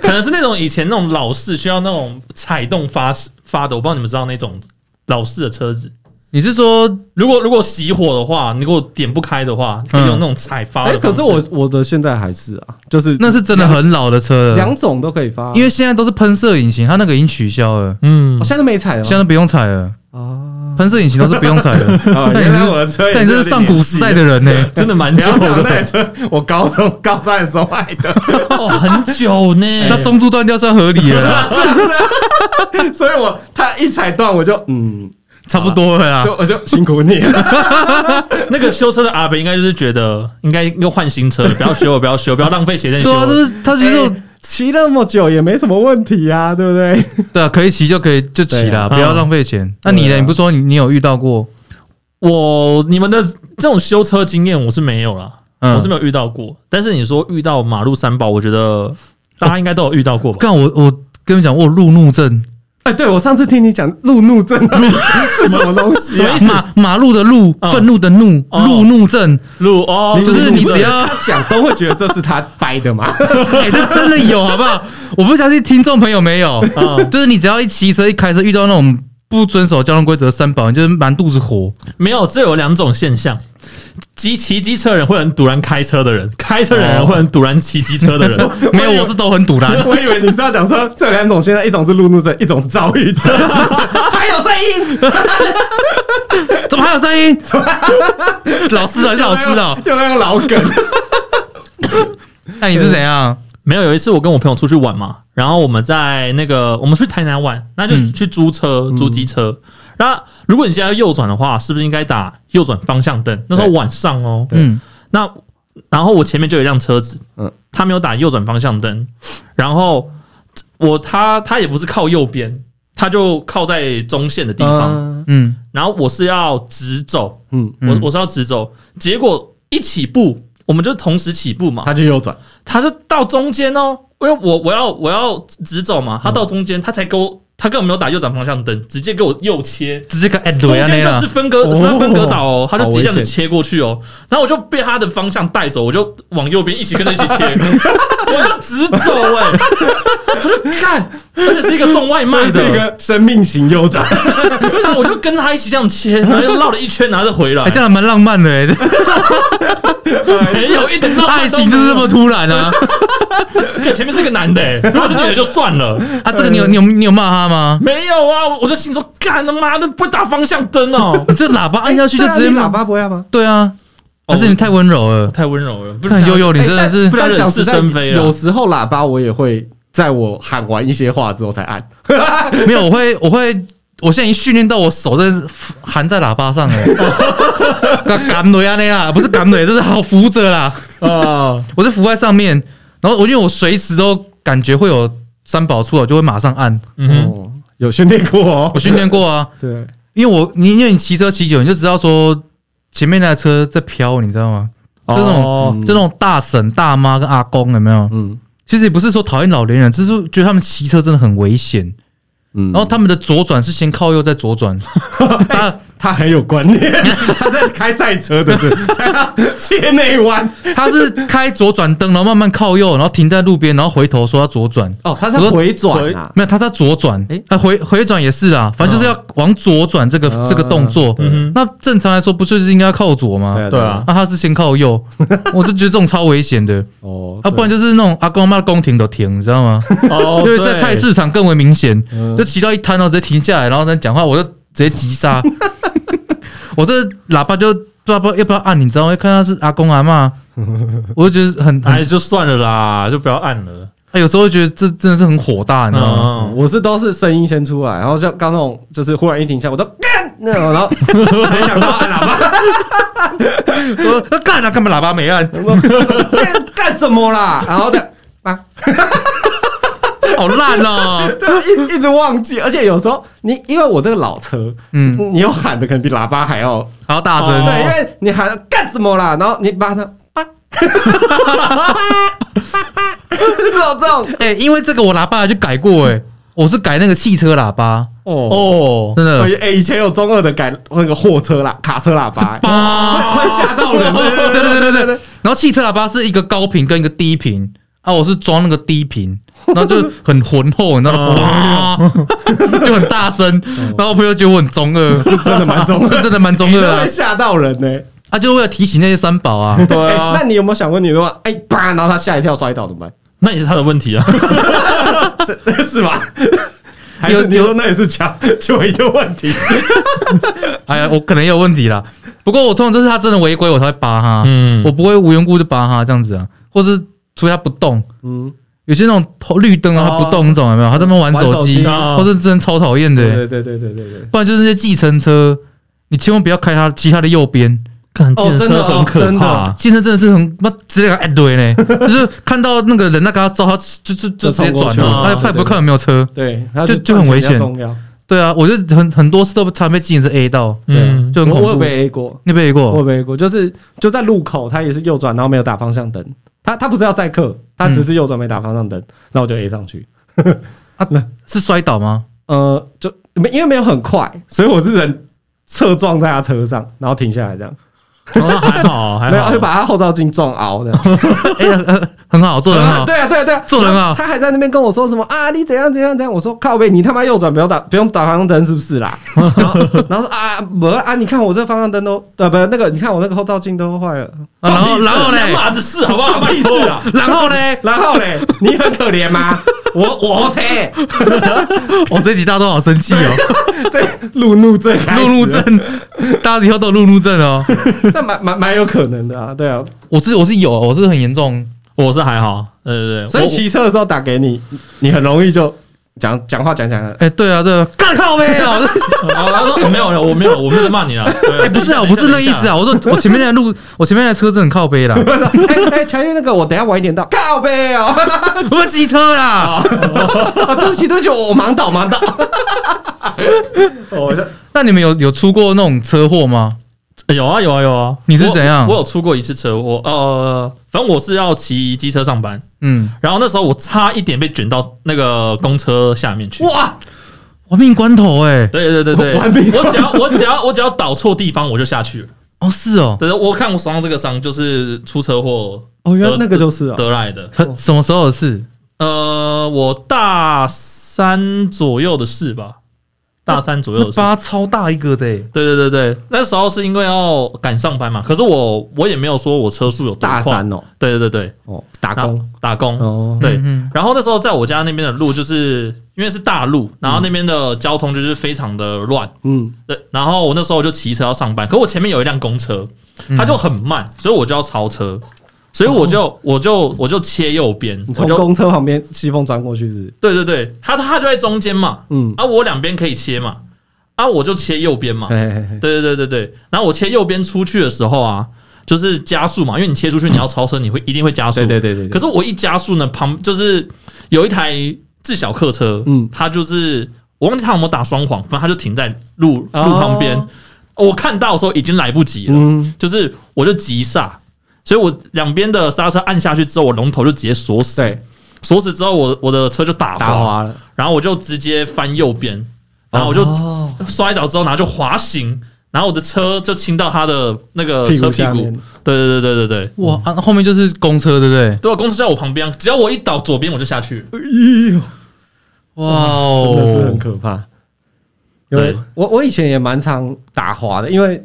[SPEAKER 3] 可能是那种以前那种老式需要那种踩动发发的，我不知道你们知道那种老式的车子。
[SPEAKER 1] 你是说
[SPEAKER 3] 如果如果熄火的话，你如果点不开的话，可以用那种踩发
[SPEAKER 2] 嗯哎、
[SPEAKER 3] 的
[SPEAKER 2] 可
[SPEAKER 3] 方式。
[SPEAKER 2] 是我我的现在还是啊，就是
[SPEAKER 1] 那是真的很老的车了
[SPEAKER 2] 两？种都可以发，
[SPEAKER 1] 因
[SPEAKER 2] 为
[SPEAKER 1] 为现在都是喷射引擎，它那个已经取消了，
[SPEAKER 3] 嗯
[SPEAKER 2] 我，现在都没踩了
[SPEAKER 1] 现在都不用踩了。
[SPEAKER 2] 哦。。
[SPEAKER 1] 喷射引擎都是不用踩的
[SPEAKER 2] 哦
[SPEAKER 1] 但你
[SPEAKER 2] 原来
[SPEAKER 1] 是
[SPEAKER 2] 我的车也
[SPEAKER 1] 但你这是上古时代的人呢、
[SPEAKER 3] 真的蛮
[SPEAKER 2] 嗯 不
[SPEAKER 3] 久
[SPEAKER 2] 要讲那台
[SPEAKER 3] 的，
[SPEAKER 2] 车，我高中高三的时候买 的，
[SPEAKER 3] 哦，很久呢。
[SPEAKER 2] 哎
[SPEAKER 1] 那中柱断掉算合理了啦，啊
[SPEAKER 2] 所以我他一踩断我就嗯，
[SPEAKER 1] 差不多了
[SPEAKER 2] 就
[SPEAKER 1] 啦。
[SPEAKER 2] 我就辛苦你了。
[SPEAKER 3] 那个修车的阿伯应该就是觉得应该又换新车了，不要修了，不要修了，不要浪费鞋垫修
[SPEAKER 1] 对啊，
[SPEAKER 3] 了。
[SPEAKER 1] 就是他觉得
[SPEAKER 2] 哎骑那么久也没什么问题呀、啊，对不对？
[SPEAKER 1] 对啊，可以骑就可以就骑啦，
[SPEAKER 3] 对啊
[SPEAKER 1] 不要浪费钱。那你呢？
[SPEAKER 2] 对啊
[SPEAKER 1] 你不说你你有遇到过？
[SPEAKER 3] 我你们的这种修车经验我是没有啦，
[SPEAKER 1] 嗯
[SPEAKER 3] 我是没有遇到过。但是你说遇到马路三宝，我觉得大家应该都有遇到过吧？
[SPEAKER 1] 干我我跟你讲，我有路怒症，
[SPEAKER 2] 哎，对我上次听你讲路怒症是什么东西、啊？
[SPEAKER 1] 马马路的路，
[SPEAKER 3] 嗯
[SPEAKER 1] 愤怒的怒，
[SPEAKER 3] 哦
[SPEAKER 1] 路怒症，
[SPEAKER 3] 路哦，
[SPEAKER 1] 就是你只要
[SPEAKER 2] 他讲都会觉得这是他掰的嘛。
[SPEAKER 1] 哎，这真的有好不好？我不相信听众朋友没有，
[SPEAKER 3] 嗯
[SPEAKER 1] 就是你只要一骑车一开车遇到那种不遵守交通规则的三宝，你就是满肚子火。
[SPEAKER 3] 没有，这有两种现象：机骑机车人会很堵然开车的人，开车的
[SPEAKER 1] 哦
[SPEAKER 3] 人会很堵然骑机车的人。
[SPEAKER 1] 没有，我是都很堵 然。
[SPEAKER 2] 我以为你是要讲说这两种，现在一种是路怒症，一种是躁郁症， 还有声音，
[SPEAKER 1] 怎么还有声音？老师啊，你是老师啊？
[SPEAKER 2] 又那个老梗，
[SPEAKER 1] 那你是怎样？
[SPEAKER 3] 没有，有一次我跟我朋友出去玩嘛，然后我们在那个我们去台南玩，那就
[SPEAKER 1] 嗯
[SPEAKER 3] 去租车、租机车。那如果你现在要右转的话，是不是应该打右转方向灯？那时候
[SPEAKER 2] 对
[SPEAKER 3] 晚上哦，
[SPEAKER 2] 对
[SPEAKER 1] 嗯，
[SPEAKER 3] 那然后我前面就有一辆车子，
[SPEAKER 2] 嗯
[SPEAKER 3] 嗯，他没有打右转方向灯，然后我他他也不是靠右边，他就靠在中线的地方，
[SPEAKER 1] 嗯，
[SPEAKER 3] 然后我是要直走，
[SPEAKER 2] 嗯，
[SPEAKER 1] 嗯
[SPEAKER 3] 我我是要直走，结果一起步我们就同时起步嘛，
[SPEAKER 2] 他就右转，
[SPEAKER 3] 他就到中间哦，因为我我要我要直走嘛，他到中间他才给我。他根本没有打右转方向灯，直接给我右切，
[SPEAKER 1] 直接个 at
[SPEAKER 3] 中
[SPEAKER 1] 雷啊
[SPEAKER 3] 间就是
[SPEAKER 1] 那
[SPEAKER 3] 分割
[SPEAKER 2] 哦
[SPEAKER 3] 分分割岛哦，他就直接这样
[SPEAKER 2] 好危险
[SPEAKER 3] 子切过去哦，然后我就被他的方向带走，我就往右边一起跟他一起 切，我就直走哎、他就干，而且是一个送外卖
[SPEAKER 2] 这是一
[SPEAKER 3] 的，
[SPEAKER 2] 个生命型右 转，
[SPEAKER 3] 对啊，我就跟着他一起这样切，然后又绕了一圈，然后再回来
[SPEAKER 1] 哎，，这样还蛮浪漫的哎，
[SPEAKER 3] 没有一点浪
[SPEAKER 1] 爱
[SPEAKER 3] 漫都
[SPEAKER 1] 情
[SPEAKER 3] 没
[SPEAKER 1] 就
[SPEAKER 3] 有
[SPEAKER 1] 是这么突然啊！
[SPEAKER 3] 可前面是个男的、欸，如果是女的就算了，
[SPEAKER 1] 啊，这个你有你有你有骂他吗？
[SPEAKER 3] 没有啊，我就心说干他妈的不打方向灯哦，
[SPEAKER 1] 你这喇叭按下去就直接
[SPEAKER 2] 啊对啊你喇。叭不会按吗？
[SPEAKER 1] 对啊，还是你太温柔了？
[SPEAKER 3] 太温柔了，不
[SPEAKER 1] 看
[SPEAKER 3] 然
[SPEAKER 1] 悠悠，你
[SPEAKER 2] 哎
[SPEAKER 1] 真的
[SPEAKER 2] 但
[SPEAKER 1] 是
[SPEAKER 3] 不然
[SPEAKER 2] 但
[SPEAKER 3] 惹
[SPEAKER 2] 讲
[SPEAKER 3] 是
[SPEAKER 2] 实在
[SPEAKER 3] 生非啊
[SPEAKER 2] 有时候喇叭我也会在我喊完一些话之后才按。
[SPEAKER 1] 没有，我会，我会，我现在已经训练到我手在含在喇叭上了，干干雷啊那样，不是干雷，就是好扶着啦，
[SPEAKER 2] 啊，
[SPEAKER 1] 我是扶在上面，然后我因为我随时都感觉会有三宝出来，我就会马上按，
[SPEAKER 3] 嗯哼，
[SPEAKER 2] 哦，有训练过哦
[SPEAKER 1] 我。训练过啊，
[SPEAKER 2] 对，
[SPEAKER 1] 因为我你因为你骑车骑久，你就知道说前面那台车在飘，你知道吗？就那种、
[SPEAKER 2] 嗯
[SPEAKER 1] 就那种大婶大妈跟阿公有没有？
[SPEAKER 2] 嗯
[SPEAKER 1] 其实也不是说讨厌老年人，只是觉得他们骑车真的很危险。
[SPEAKER 2] 嗯，
[SPEAKER 1] 然后他们的左转是先靠右再左 转，他
[SPEAKER 2] 他很有观念，他在开赛车的，对， 他切内弯。
[SPEAKER 1] 他是开左转灯，然后慢慢靠右，然后停在路边，然后回头说要左转。
[SPEAKER 2] 哦，他
[SPEAKER 1] 我
[SPEAKER 2] 是
[SPEAKER 1] 说
[SPEAKER 2] 回转啊，
[SPEAKER 1] 没有，他在左转
[SPEAKER 2] 诶，
[SPEAKER 1] 他回回转也是啦，反正就是要往左转这个
[SPEAKER 2] 嗯
[SPEAKER 1] 这个动作
[SPEAKER 3] 啊嗯哼。
[SPEAKER 1] 那正常来说，不就是应该靠左吗？
[SPEAKER 3] 对啊，
[SPEAKER 1] 那他是先靠右，我就觉得这种超危险 的。
[SPEAKER 2] 哦，
[SPEAKER 1] 啊，不然就是那种阿公阿妈宫廷的停，你知道吗？
[SPEAKER 3] 哦，
[SPEAKER 1] 因为在菜市场更为明显，
[SPEAKER 2] 嗯
[SPEAKER 1] 就骑到一摊，然后直接停下来，然后再讲话，我就直接急刹。我这喇叭就不知道要不要按，你知道吗？看他是阿公阿妈，我就觉得很，
[SPEAKER 3] 哎，
[SPEAKER 1] 哎，
[SPEAKER 3] 就算了啦，就不要按了。
[SPEAKER 1] 有时候觉得这真的是很火大，你知道吗？
[SPEAKER 2] 嗯
[SPEAKER 3] 嗯，
[SPEAKER 2] 我是都是声音先出来，然后就刚那种就是忽然一停下，我都干那种，然后才想到按喇叭，
[SPEAKER 1] 我说干啊，干嘛喇叭没按？
[SPEAKER 2] 我干干什么啦？然后再啊，
[SPEAKER 1] 好烂哦！
[SPEAKER 2] 对，一一直忘记，而且有时候你因为我这个老车，
[SPEAKER 1] 嗯
[SPEAKER 2] 嗯，你又喊的可能比喇叭还要
[SPEAKER 1] 还要大
[SPEAKER 3] 哦
[SPEAKER 1] 声，
[SPEAKER 2] 对，因为你喊了干什么啦？然后你把它叭， 这种这种
[SPEAKER 1] 哎，因为这个我喇叭就改过，哎，我是改那个汽车喇叭，
[SPEAKER 2] 哦，
[SPEAKER 3] 哦，
[SPEAKER 1] 真的
[SPEAKER 2] 哎、以前有中二的改那个货车啦、卡车喇叭、
[SPEAKER 1] 叭，
[SPEAKER 2] 会吓到人的。
[SPEAKER 1] 对对对对对对。然后汽车喇叭是一个高频跟一个低频啊，我是装那个低频，然后就很浑厚，你知道吗？哇，就很大声。然后我朋友觉得我很中二，
[SPEAKER 2] 是真的蛮中
[SPEAKER 1] 是
[SPEAKER 2] 二，
[SPEAKER 1] 真的蛮中
[SPEAKER 2] 真
[SPEAKER 1] 二
[SPEAKER 2] 的
[SPEAKER 1] 啊
[SPEAKER 2] 会。吓到人呢、
[SPEAKER 1] 啊，就为了提醒那些三宝啊，
[SPEAKER 3] 对啊
[SPEAKER 2] 哎，那你有没有想过，你如果哎叭，然后他吓一跳摔倒怎 么
[SPEAKER 3] 那也是他的问题啊。
[SPEAKER 2] 办？是是吧？还
[SPEAKER 1] 有
[SPEAKER 2] 是你说
[SPEAKER 1] 有
[SPEAKER 2] 那也是强就一个问题？
[SPEAKER 1] 哎呀，我可能也有问题啦。不过我通常都是他真的违规，我才会扒他，
[SPEAKER 3] 嗯
[SPEAKER 1] 我不会无缘故就扒他这样子啊，或是除非他不动。
[SPEAKER 2] 嗯，
[SPEAKER 1] 有些那种头绿灯啊，他不动那种有没有？他在那边玩手机，
[SPEAKER 2] 玩
[SPEAKER 3] 手机
[SPEAKER 1] 或是真的超讨厌的、
[SPEAKER 2] 对对对对对对对。
[SPEAKER 1] 不然就是那些计程车，你千万不要开它骑它的右边，
[SPEAKER 3] 看
[SPEAKER 2] 哦
[SPEAKER 3] 计程
[SPEAKER 2] 真的
[SPEAKER 3] 车
[SPEAKER 2] 哦
[SPEAKER 3] 很可
[SPEAKER 2] 真的
[SPEAKER 3] 怕，
[SPEAKER 1] 计程真的是很妈直接给它按堆 呢，就是看到那个人那嘎招，他就就就直接转
[SPEAKER 3] 就冲
[SPEAKER 1] 了，
[SPEAKER 3] 过去
[SPEAKER 1] 他他也不会看有没有车。
[SPEAKER 2] 对，他
[SPEAKER 1] 就就很危险
[SPEAKER 2] 重要。
[SPEAKER 1] 对啊，我就很很多次都差点被计程车 A 到，
[SPEAKER 3] 嗯，
[SPEAKER 1] 就很
[SPEAKER 2] 我我
[SPEAKER 1] 恐
[SPEAKER 2] 有
[SPEAKER 1] 怖。
[SPEAKER 2] 被 A 过，
[SPEAKER 1] 你被 A
[SPEAKER 2] 我
[SPEAKER 1] 过？
[SPEAKER 2] 没过，就是就在路口，他也是右转，然后没有打方向灯。他他不是要载客，他只是右转没打方向灯，那我就 A 上去。
[SPEAKER 1] 是摔倒吗？
[SPEAKER 2] 呃，就没因为没有很快，所以我是人侧撞在他车上，然后停下来这样，
[SPEAKER 3] 哦还好还
[SPEAKER 2] 没有
[SPEAKER 3] 好，
[SPEAKER 2] 就把他后照镜撞凹的。
[SPEAKER 1] 哎，呃很好，做得很好。
[SPEAKER 2] 对啊对啊对啊，
[SPEAKER 1] 做人啊
[SPEAKER 2] 他还在那边跟我说什么啊，你怎样怎样怎样？我说靠背，你他妈右转不要打，不用打方向灯是不是啦？然后然后说啊，不啊，你看我这方向灯都呃不那个，你看我那个后照镜都坏了。
[SPEAKER 1] 啊然后然后嘞，
[SPEAKER 3] 妈的事好不好？屁事啊！
[SPEAKER 1] 然后 嘞，
[SPEAKER 2] 然 后嘞，你很可怜吗？我我 车
[SPEAKER 1] 我这几大家都好生气哦，
[SPEAKER 2] 这路怒症，
[SPEAKER 1] 路怒，症，大家以后都有路怒症哦。
[SPEAKER 2] 那蛮蛮蛮有可能的啊，对啊。
[SPEAKER 1] 我是我是有，我是很严重。
[SPEAKER 3] 我是还好，对对对，
[SPEAKER 2] 所以
[SPEAKER 3] 我
[SPEAKER 2] 骑车的时候打给你，你很容易就讲讲话讲 讲了，
[SPEAKER 1] 哎，对啊，对啊，干靠背啊！ 我是
[SPEAKER 3] 哦他说哦没有我没有我没有在骂你啊，对
[SPEAKER 1] 哎，不是啊，我不是那个意思。
[SPEAKER 3] 等一下
[SPEAKER 1] 啊，
[SPEAKER 3] 等一下等一下
[SPEAKER 1] 我说我前面那台路，我前面那台车真的很靠背啦，
[SPEAKER 2] 我说哎哎，乔玉那个我等一下晚一点到，靠背哦，
[SPEAKER 1] 我们骑车啦。
[SPEAKER 2] 啊对不起对不起，我忙倒忙倒。哦我说
[SPEAKER 1] 那你们有有出过那种车祸吗？
[SPEAKER 3] 有啊有啊有啊！
[SPEAKER 1] 你是怎样
[SPEAKER 3] 我我有出过一次车祸，呃，反正我是要骑机车上班，
[SPEAKER 1] 嗯，
[SPEAKER 3] 然后那时候我差一点被卷到那个公车下面去。
[SPEAKER 2] 哇，
[SPEAKER 1] 亡命关头哎、
[SPEAKER 3] 对对对对，
[SPEAKER 2] 完美
[SPEAKER 3] 我只要我只要我只要倒错地方我就下去了。
[SPEAKER 1] 哦是哦，
[SPEAKER 3] 对，我看我手上这个伤就是出车祸
[SPEAKER 2] 哦原来那个就是啊，
[SPEAKER 3] 得来的。
[SPEAKER 1] 很什么时候的事？
[SPEAKER 3] 呃，我大三左右的事吧，大三左右
[SPEAKER 1] 那
[SPEAKER 3] 的事。
[SPEAKER 1] 疤超大一个的、欸，
[SPEAKER 3] 对对对对，那时候是因为要赶上班嘛，可是我我也没有说我车速有多
[SPEAKER 2] 大
[SPEAKER 3] 快。
[SPEAKER 2] 三哦，
[SPEAKER 3] 对对对对，
[SPEAKER 2] 哦打
[SPEAKER 3] 打
[SPEAKER 2] 工
[SPEAKER 3] 打工。
[SPEAKER 2] 哦，
[SPEAKER 3] 对
[SPEAKER 1] 嗯嗯，
[SPEAKER 3] 然后那时候在我家那边的路，就是因为是大路，然后那边的交通就是非常的乱。
[SPEAKER 2] 嗯
[SPEAKER 3] 对，然后我那时候就骑车要上班，可我前面有一辆公车，
[SPEAKER 2] 嗯
[SPEAKER 3] 它就很慢，所以我就要超车，所以我就我就我就切右边，
[SPEAKER 2] 哦你
[SPEAKER 3] 我
[SPEAKER 2] 从
[SPEAKER 3] 就
[SPEAKER 2] 公车旁边西风钻过去是？
[SPEAKER 3] 对对对，它它就在中间嘛，
[SPEAKER 2] 嗯，
[SPEAKER 3] 啊，我两边可以切嘛，啊，我就切右边嘛，
[SPEAKER 2] 嘿嘿嘿，
[SPEAKER 3] 对对对对对。然后我切右边出去的时候啊，就是加速嘛，因为你切出去你要超车， 你会一定会加速。
[SPEAKER 2] 对对对对对。
[SPEAKER 3] 可是我一加速呢，旁就是有一台自小客车，
[SPEAKER 2] 嗯
[SPEAKER 3] 它就是我忘记它有没有打双黄，反正它就停在路路
[SPEAKER 2] 哦
[SPEAKER 3] 旁边。我看到的时候已经来不及了，
[SPEAKER 2] 嗯，
[SPEAKER 3] 就是我就急刹，所以我两边的刹车按下去之后，我龙头就直接锁死，
[SPEAKER 2] 对，
[SPEAKER 3] 锁死之后我我的车就打
[SPEAKER 2] 打
[SPEAKER 3] 滑，
[SPEAKER 2] 滑了，
[SPEAKER 3] 然后我就直接翻右边，然后我就
[SPEAKER 2] 哦
[SPEAKER 3] 摔倒之后，然后就滑行，然后我的车就亲到他的那个
[SPEAKER 2] 屁
[SPEAKER 3] 车
[SPEAKER 2] 股
[SPEAKER 3] 屁
[SPEAKER 2] 下
[SPEAKER 3] 股。
[SPEAKER 2] 面，
[SPEAKER 3] 对对对对对对，
[SPEAKER 1] 哇，啊后面就是公车，对不对？
[SPEAKER 3] 对，公司在我旁边，啊只要我一倒左边我就下去。
[SPEAKER 2] 哎呦，
[SPEAKER 1] 哇
[SPEAKER 2] 真的是
[SPEAKER 1] 哦
[SPEAKER 2] 很，可怕。因
[SPEAKER 3] 对
[SPEAKER 2] 为我我以前也蛮常打滑的，因为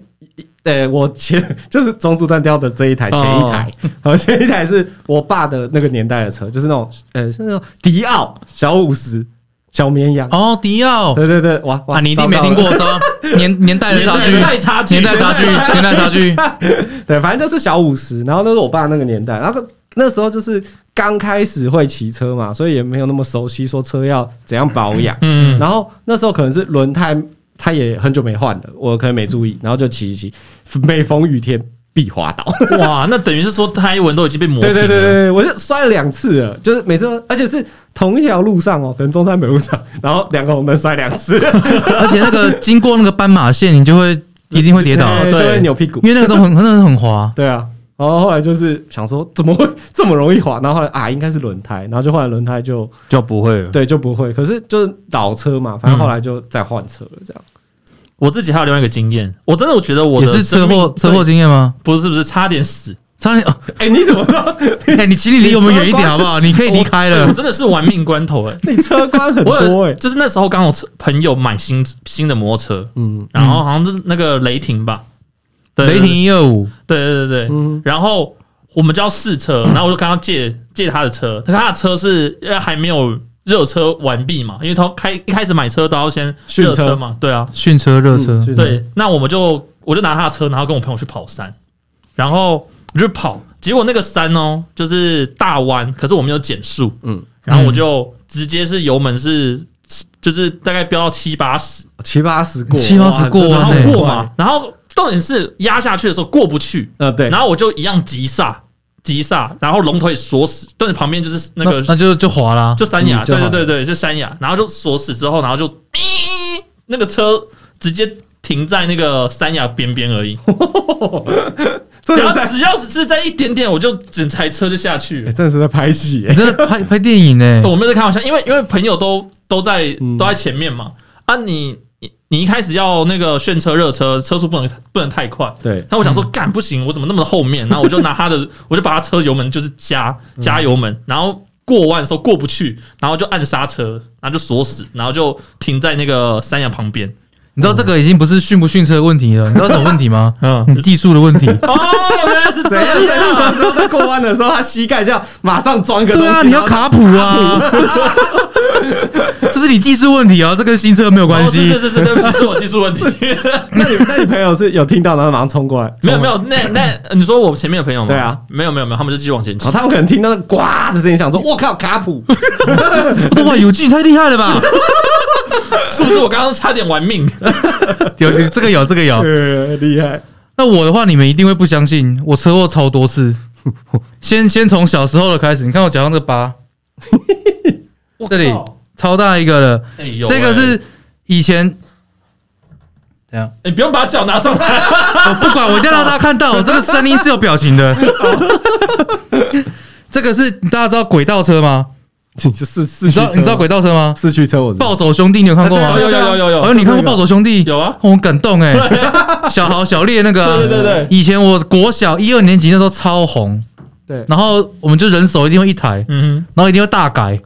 [SPEAKER 2] 呃，我前就是中速断掉的这一
[SPEAKER 1] 哦
[SPEAKER 2] 台前一台，然后前一台是我爸的那个年代的车，就是那种呃是那种迪奥小五十小绵羊，
[SPEAKER 1] 哦，迪奥
[SPEAKER 2] 对对对，哇哇，
[SPEAKER 1] 啊，你一定没
[SPEAKER 2] 糟糕
[SPEAKER 1] 听
[SPEAKER 2] 了
[SPEAKER 1] 过，糟，年年代的哎差距，
[SPEAKER 3] 年代差距，
[SPEAKER 1] 年代差 距，年代差距，
[SPEAKER 2] 对，反正就是小五十，然后那是我爸那个年代，然后那时候就是刚开始会骑车嘛，所以也没有那么熟悉说车要怎样保养，
[SPEAKER 3] 嗯，
[SPEAKER 2] 然后那时候可能是轮胎，它也很久没换了，我可能没注意，然后就骑一骑，每逢雨天必滑倒。
[SPEAKER 3] 啊 哇，那等于是说胎纹都已经被磨平
[SPEAKER 2] 对
[SPEAKER 3] 了。
[SPEAKER 2] 对对对对，我就摔了两次了，就是每次都，而且是同一条路上哦，可能中山北路上，然后两个红灯摔两 次，
[SPEAKER 1] 而且那个经过那个斑马线，你就会一定会跌倒，
[SPEAKER 2] 对就
[SPEAKER 3] 对
[SPEAKER 2] 会扭屁股
[SPEAKER 1] 因。为那个都很那个很滑。
[SPEAKER 2] 对啊，然后后来就是想说怎么会 这么容易滑，然后后来啊应该是轮胎，然后就换了轮胎就
[SPEAKER 3] 就不会了。
[SPEAKER 2] 对就不会，可是就是倒车嘛，反正后来就再换车了这样。
[SPEAKER 3] 我自己还有另外一个经验，我真的我觉得我
[SPEAKER 1] 也
[SPEAKER 3] 的
[SPEAKER 1] 是车
[SPEAKER 3] 生命
[SPEAKER 1] 祸车祸，经验吗？
[SPEAKER 3] 对不是不是差点死，
[SPEAKER 1] 差 点，哦
[SPEAKER 2] 哎、你怎么知道？
[SPEAKER 1] 哎、你请你离我们远一点好不好？ 你可以离开
[SPEAKER 3] 我
[SPEAKER 1] 了欸
[SPEAKER 3] 我。真的是玩命关 头哎。
[SPEAKER 2] 你车关很
[SPEAKER 3] 我
[SPEAKER 2] 多哎、
[SPEAKER 3] 有就是那时候刚好朋友买新新的摩托车，
[SPEAKER 2] 嗯
[SPEAKER 3] 然后好像是那个雷霆吧，对
[SPEAKER 1] 雷霆，一二五，
[SPEAKER 3] 对对对对，
[SPEAKER 2] 嗯，
[SPEAKER 3] 然后我们就要试车， 然后我就跟他借借他的车，但他的车是因为还没有热车完毕嘛，因为他开一开始买车都要先
[SPEAKER 2] 训
[SPEAKER 3] 热
[SPEAKER 2] 车
[SPEAKER 3] 车嘛，对啊，
[SPEAKER 1] 训车热车，
[SPEAKER 2] 嗯，
[SPEAKER 3] 对，那我们就我就拿他的车，然后跟我朋友去跑山，然后我就跑，结果那个山哦就是大弯，可是我没有减速，
[SPEAKER 2] 嗯，
[SPEAKER 3] 然后我就直接是油门是就是大概飙到七八十，
[SPEAKER 2] 七八十过，
[SPEAKER 1] 七八十过啊
[SPEAKER 2] 哇
[SPEAKER 3] 然
[SPEAKER 1] 哇
[SPEAKER 3] 后
[SPEAKER 1] 塞
[SPEAKER 2] 真的很
[SPEAKER 3] 过
[SPEAKER 2] 哎快
[SPEAKER 3] 嘛，然后重点是压下去的时候过不去，
[SPEAKER 2] 呃，对，
[SPEAKER 3] 然后我就一样急刹，急刹，然后龙头也锁死，但是旁边就是那
[SPEAKER 1] 那
[SPEAKER 3] 个
[SPEAKER 1] 那就就滑啦。
[SPEAKER 3] 就山崖，
[SPEAKER 2] 嗯就
[SPEAKER 3] 对
[SPEAKER 2] 好
[SPEAKER 3] 对
[SPEAKER 2] 了
[SPEAKER 3] 对对，就山崖，然后就锁死之后，然后就 咦那个车直接停在那个山崖边边而已，
[SPEAKER 2] 真
[SPEAKER 3] 只
[SPEAKER 2] 的
[SPEAKER 3] 要
[SPEAKER 2] 在，
[SPEAKER 3] 只要是在一点点，我就整台车就下去
[SPEAKER 2] 哎
[SPEAKER 3] 了。哦
[SPEAKER 2] 真的是在拍戏耶
[SPEAKER 1] 你。真的拍 拍电影呢、
[SPEAKER 3] 我没有在开玩笑，因为因为朋友都都在
[SPEAKER 2] 嗯
[SPEAKER 3] 都在前面嘛，啊你你你一开始要那个炫车热车，车速不能不能太快，
[SPEAKER 2] 对，
[SPEAKER 3] 那我想说，干不行，我怎么那么后面？然后我就拿他的，我就把他车油门就是加加油门，然后过弯的时候过不去，然后就按刹车，然后就锁死，然后就停在那个山崖旁边。
[SPEAKER 1] 你知道这个已经不是训不训车的问题了，你知道什么问题 吗？
[SPEAKER 3] 嗯，
[SPEAKER 1] 你技术的问 题。
[SPEAKER 3] 哦，原来是这
[SPEAKER 2] 怎样？
[SPEAKER 3] 样啊！
[SPEAKER 2] 那时候在过弯的时候，他膝盖这样马上装一个东
[SPEAKER 1] 对
[SPEAKER 2] 西，
[SPEAKER 1] 啊，你要卡普啊， 这是你技术问题啊，这跟新车没有关
[SPEAKER 3] 哦是
[SPEAKER 1] 系
[SPEAKER 3] 是。是是，对不起，是我技术问题。
[SPEAKER 2] 那你 那你朋友是有听到，然后马上冲过来？
[SPEAKER 3] 没有没有，那那你说我前面的朋友吗？
[SPEAKER 2] 对啊，
[SPEAKER 3] 没有没有没有，他们就继续往前骑
[SPEAKER 2] 哦，。他们可能听到那个呱的声音，想说：“我靠，卡普
[SPEAKER 1] 哇，有技太厉害了 吧？
[SPEAKER 3] 是不是我刚刚差点玩命？
[SPEAKER 1] 有有这个有这个有。
[SPEAKER 2] 呃，厉害！
[SPEAKER 1] 那我的话，你们一定会不相信，我车祸超多 次。先先从小时候的开始，你看我脚上这个疤，
[SPEAKER 3] 我
[SPEAKER 1] 这里
[SPEAKER 3] 靠
[SPEAKER 1] 超大一个了。
[SPEAKER 3] 哎呦
[SPEAKER 1] 这个
[SPEAKER 3] 喂
[SPEAKER 1] 是以前，怎样？
[SPEAKER 3] 你不用把脚拿上来，
[SPEAKER 1] 我哦不管，我一定要让大家看到，我这个声音是有表情的。 这个是大家知道轨道车吗？
[SPEAKER 2] 你就是四
[SPEAKER 1] 你
[SPEAKER 2] 驱
[SPEAKER 1] 知
[SPEAKER 2] 车
[SPEAKER 1] 道你知道轨道车吗？
[SPEAKER 2] 四驱车，我知道
[SPEAKER 1] 暴走兄弟你有看过吗
[SPEAKER 2] 啊
[SPEAKER 3] 有？有有有
[SPEAKER 1] 哦，
[SPEAKER 3] 有
[SPEAKER 1] 你看过《暴走兄弟》？
[SPEAKER 3] 有啊，
[SPEAKER 1] 我很感动 哎、小豪、小烈那个、啊，
[SPEAKER 3] 对对对对
[SPEAKER 1] 以前我国小一二年级那时候超红，
[SPEAKER 2] 对，
[SPEAKER 1] 然后我们就人手一定会一台，
[SPEAKER 3] 嗯
[SPEAKER 1] 然后一定会大改。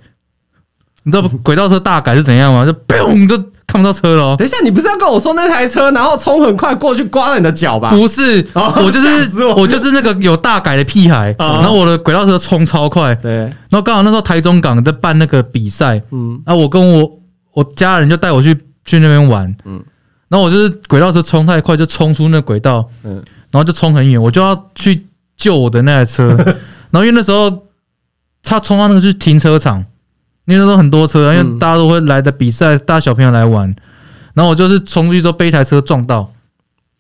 [SPEAKER 1] 你知道轨道车大改是怎样吗？就嘣就看不到车了哦、
[SPEAKER 2] 等一下，你不是要跟我说那台车，然后冲很快过去刮了你的脚吧？
[SPEAKER 1] 不是，
[SPEAKER 2] 哦
[SPEAKER 1] 我就
[SPEAKER 2] 吓
[SPEAKER 1] 是
[SPEAKER 2] 死我啊
[SPEAKER 1] 就是那个有大改的屁孩，
[SPEAKER 3] 哦
[SPEAKER 1] 然后我的轨道车冲超快，
[SPEAKER 2] 对，
[SPEAKER 1] 然后刚好那时候台中港在办那个比赛，
[SPEAKER 2] 嗯，
[SPEAKER 1] 啊，我跟我我家人就带我去去那边玩，嗯
[SPEAKER 2] 嗯，
[SPEAKER 1] 然后我就是轨道车冲太快，就冲出那轨道，
[SPEAKER 2] 嗯
[SPEAKER 1] 嗯，然后就冲很远，我就要去救我的那台 车。然后因为那时候他冲到那个去停车场，因为那时候很多车，因为
[SPEAKER 2] 嗯
[SPEAKER 1] 大家都会来的比赛，大家小朋友来玩。然后我就是冲出去之后被一台车撞到，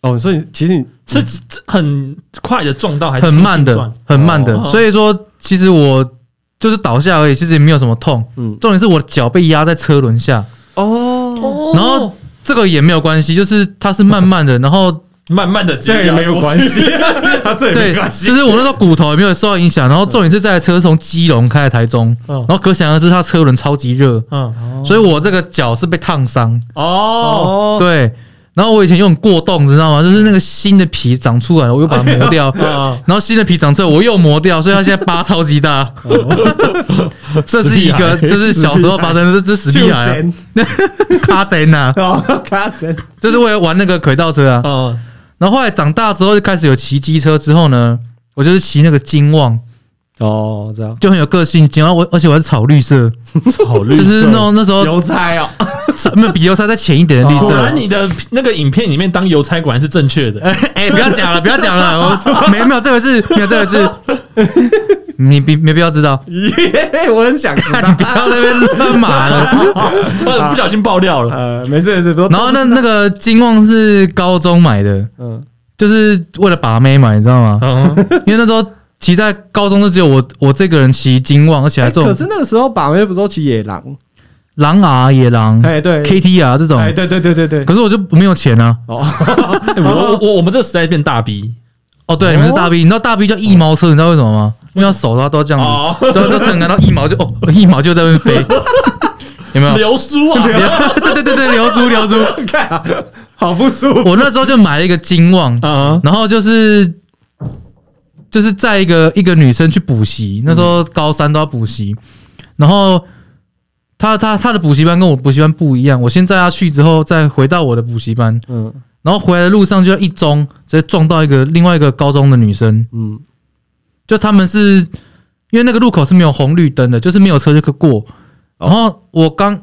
[SPEAKER 2] 哦，所以其实你
[SPEAKER 3] 是这很快的撞到还是
[SPEAKER 1] 很慢
[SPEAKER 3] 轻轻撞
[SPEAKER 1] 的，很慢的
[SPEAKER 3] 哦。
[SPEAKER 1] 所以说，其实我就是倒下而已，其实也没有什么痛。
[SPEAKER 2] 嗯
[SPEAKER 1] 重点是我的脚被压在车轮下，
[SPEAKER 2] 哦，
[SPEAKER 1] 然后这个也没有关系，就是它是慢慢的，然后
[SPEAKER 3] 慢慢的
[SPEAKER 2] 这样也没有关 系，他这也没
[SPEAKER 1] 对，
[SPEAKER 2] 关系，
[SPEAKER 1] 就是我那时候骨头也没有受到影响。然后重点是这台车从基隆开来台中，
[SPEAKER 3] 嗯
[SPEAKER 1] 然后可想而知它车轮超级热，
[SPEAKER 3] 嗯，
[SPEAKER 1] 所以我这个脚是被烫伤。
[SPEAKER 3] 哦，
[SPEAKER 2] 哦，
[SPEAKER 1] 对，然后我以前用过动，你知道吗？就是那个新的皮长出来了，我又把它磨掉。
[SPEAKER 3] 啊，
[SPEAKER 1] 然后新的皮长出来，我又磨掉，所以它现在疤超级大。 这是一个，这是小时候发生的，这是死屁孩啊，
[SPEAKER 2] 针，
[SPEAKER 1] 卡针呐，
[SPEAKER 2] 哦，卡针，
[SPEAKER 1] 就是为了玩那个轨道车啊。
[SPEAKER 3] 嗯，
[SPEAKER 1] 然后后来长大之后就开始有骑机车，之后呢，我就是骑那个金旺，
[SPEAKER 2] 哦，我知道，
[SPEAKER 1] 就很有个性。然后我而且我还是草绿色，
[SPEAKER 4] 好绿
[SPEAKER 1] 就
[SPEAKER 4] 色，
[SPEAKER 1] 是那种那时候
[SPEAKER 2] 邮差哦，
[SPEAKER 1] 没有比油菜再浅一点的绿
[SPEAKER 3] 果
[SPEAKER 1] 色
[SPEAKER 3] 然。你的那个影片里面当邮差果然是正确的，
[SPEAKER 1] 哎，不要讲了，不要讲了，我 没有没有这个是没有这个是， 你没没必要知道，
[SPEAKER 2] 耶，我很想知
[SPEAKER 1] 你不
[SPEAKER 2] 道，
[SPEAKER 1] 要在那边乱码了。
[SPEAKER 3] 不小心爆料 了。
[SPEAKER 2] 呃，没事没事，不
[SPEAKER 1] 然后那那个金旺是高中买的，
[SPEAKER 2] 嗯，
[SPEAKER 1] 就是为了把妹买，你知道 吗？
[SPEAKER 3] 嗯，
[SPEAKER 1] 因为那时候骑在高中就只有我我这个人骑金旺，而且还
[SPEAKER 2] 哎
[SPEAKER 1] 这
[SPEAKER 2] 可
[SPEAKER 1] 种
[SPEAKER 2] 是那个时候把妹不是都骑野狼，
[SPEAKER 1] 狼啊、野狼、
[SPEAKER 2] 哎，对，
[SPEAKER 1] KT 啊这种，
[SPEAKER 2] 哎，对对对对对，
[SPEAKER 1] 可是我就没有钱啊。
[SPEAKER 2] 哦，
[SPEAKER 3] 哎我我我们这时代变大逼
[SPEAKER 1] 哦，对，你们是大 B，你知道大 B 叫一毛车，你知道为什么吗？因为他手他都要这样子，
[SPEAKER 3] 哦，
[SPEAKER 1] 对，就只能看到一毛就哦，一毛就在那边飞， 有没有？
[SPEAKER 3] 流苏啊，
[SPEAKER 1] 对对对对，流苏流苏。
[SPEAKER 2] 看啊，好不舒服，
[SPEAKER 1] 我那时候就买了一个金旺，
[SPEAKER 2] 啊
[SPEAKER 3] 嗯，
[SPEAKER 1] 然后就是就是在一个一个女生去补习，那时候高三都要补习，然后她她她的补习班跟我补习班不一样，我先载她去之后再回到我的补习班，
[SPEAKER 2] 嗯
[SPEAKER 1] 然后回来的路上就一中直接撞到一个另外一个高中的女生，
[SPEAKER 2] 嗯，
[SPEAKER 1] 就他们是因为那个路口是没有红绿灯的，就是没有车就可以过，然后我刚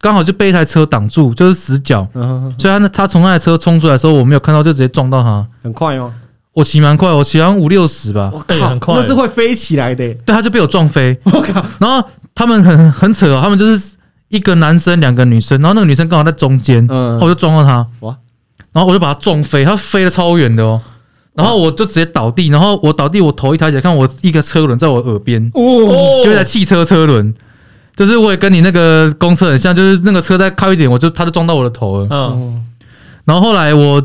[SPEAKER 1] 刚好就被一台车挡住，就是死角。
[SPEAKER 2] 嗯，
[SPEAKER 1] 所以他那他从那台车冲出来的时候，我没有看到，就直接撞到他。
[SPEAKER 2] 很快哦，
[SPEAKER 1] 我骑蛮快，我骑好像五六十吧，
[SPEAKER 3] 我靠，很快，
[SPEAKER 2] 那是会飞起来的，
[SPEAKER 1] 对，他就被我撞飞。
[SPEAKER 2] 我靠，
[SPEAKER 1] 然后他们很很扯哦，他们就是一个男生两个女生，然后那个女生刚好在中间，然
[SPEAKER 2] 嗯
[SPEAKER 1] 后我就撞到她，
[SPEAKER 2] 哇
[SPEAKER 1] 然后我就把她撞飞，她飞的超远的哦，然后我就直接倒地，然后我倒地，我头一抬起来，看我一个车轮在我耳边，
[SPEAKER 2] 哦，
[SPEAKER 3] 哦
[SPEAKER 1] 就一台汽车车轮，就是我也跟你那个公车很像，就是那个车再靠一点，我就他就撞到我的头了。
[SPEAKER 3] 嗯，
[SPEAKER 1] 然后后来我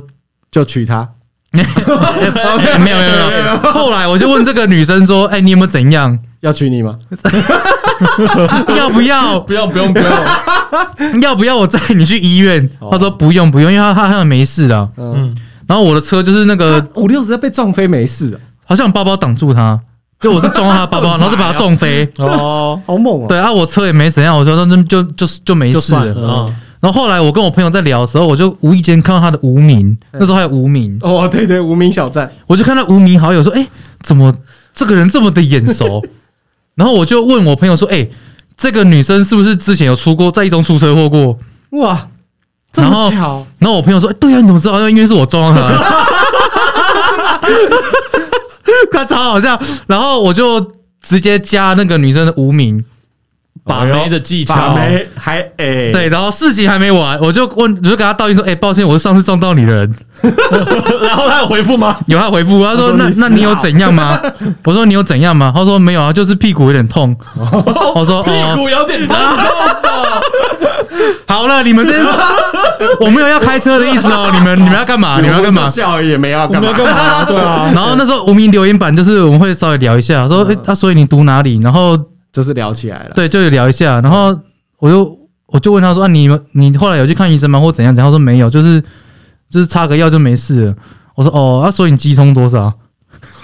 [SPEAKER 2] 就娶她，
[SPEAKER 1] 欸没有没有没 有。后来我就问这个女生说：“哎、你有没有怎样？
[SPEAKER 2] 要娶你吗？
[SPEAKER 1] 要不要
[SPEAKER 3] 不用不用不用，
[SPEAKER 1] 要不要我载你去医院？”
[SPEAKER 2] 哦
[SPEAKER 1] 她说：“不用不用，因为她她好像没事的。啊
[SPEAKER 2] 嗯，
[SPEAKER 3] 嗯，”
[SPEAKER 1] 然后我的车就是那个
[SPEAKER 3] 啊
[SPEAKER 2] 呃，五六十被撞飞没事哦，
[SPEAKER 1] 好像包包挡住她，就我是撞到她包包， 然后就把她撞飞。
[SPEAKER 3] 哦，
[SPEAKER 2] 好猛哦，
[SPEAKER 1] 对啊，我车也没怎样，我说那就就就没
[SPEAKER 3] 就
[SPEAKER 1] 事
[SPEAKER 3] 算
[SPEAKER 1] 了。
[SPEAKER 3] 了，
[SPEAKER 1] 然后后来我跟我朋友在聊的时候，我就无意间看到她的无名，
[SPEAKER 3] 嗯
[SPEAKER 1] 那时候还有无名，
[SPEAKER 2] 哦，对对，无名小站，
[SPEAKER 1] 我就看到无名好友说：“哎、怎么这个人这么的眼熟？” 然后我就问我朋友说：“哎、这个女生是不是之前有出过在一中出车祸过
[SPEAKER 2] 哇，这
[SPEAKER 1] 然
[SPEAKER 2] 么
[SPEAKER 1] 后
[SPEAKER 2] 巧，？”
[SPEAKER 1] 然后我朋友说：“哎、对啊，你怎么知道？因为是我啊撞到她的。” 他超好笑。然后我就直接加那个女生的无名，
[SPEAKER 3] 把妹的技巧
[SPEAKER 2] 把，妹还哎，
[SPEAKER 1] 对，然后事情还没完，我就问，我就给他道歉说：“哎、抱歉，我是上次撞到你的人。”
[SPEAKER 3] 然后他有回复吗？
[SPEAKER 1] 有他回复，他说
[SPEAKER 2] 说：“
[SPEAKER 1] 那
[SPEAKER 2] 你死
[SPEAKER 1] 那你有怎样吗？”我说：“你有怎样吗？”他说：“没有啊，就是屁股有点痛。”我说：“
[SPEAKER 3] 屁
[SPEAKER 1] 哦，
[SPEAKER 3] 股有点痛，
[SPEAKER 1] 好了，你们这我没有要开车的意思哦，你们你们要干嘛？你们要干
[SPEAKER 2] 我
[SPEAKER 1] 嘛哦
[SPEAKER 2] 就？”笑也没要干嘛，
[SPEAKER 3] 嘛？对啊，
[SPEAKER 1] 然后那时候无名留言板就是我们会稍微聊一下，说：“哎，啊，所以你读哪里？”然后
[SPEAKER 2] 就是聊起来了。
[SPEAKER 1] 对，就聊一下，然后我就我就问他说：“啊，你你后来有去看医生吗？或怎样怎样？”他说：“没有，就是就是擦个药就没事了。”我说：“哦，啊，所以你肌通多少？”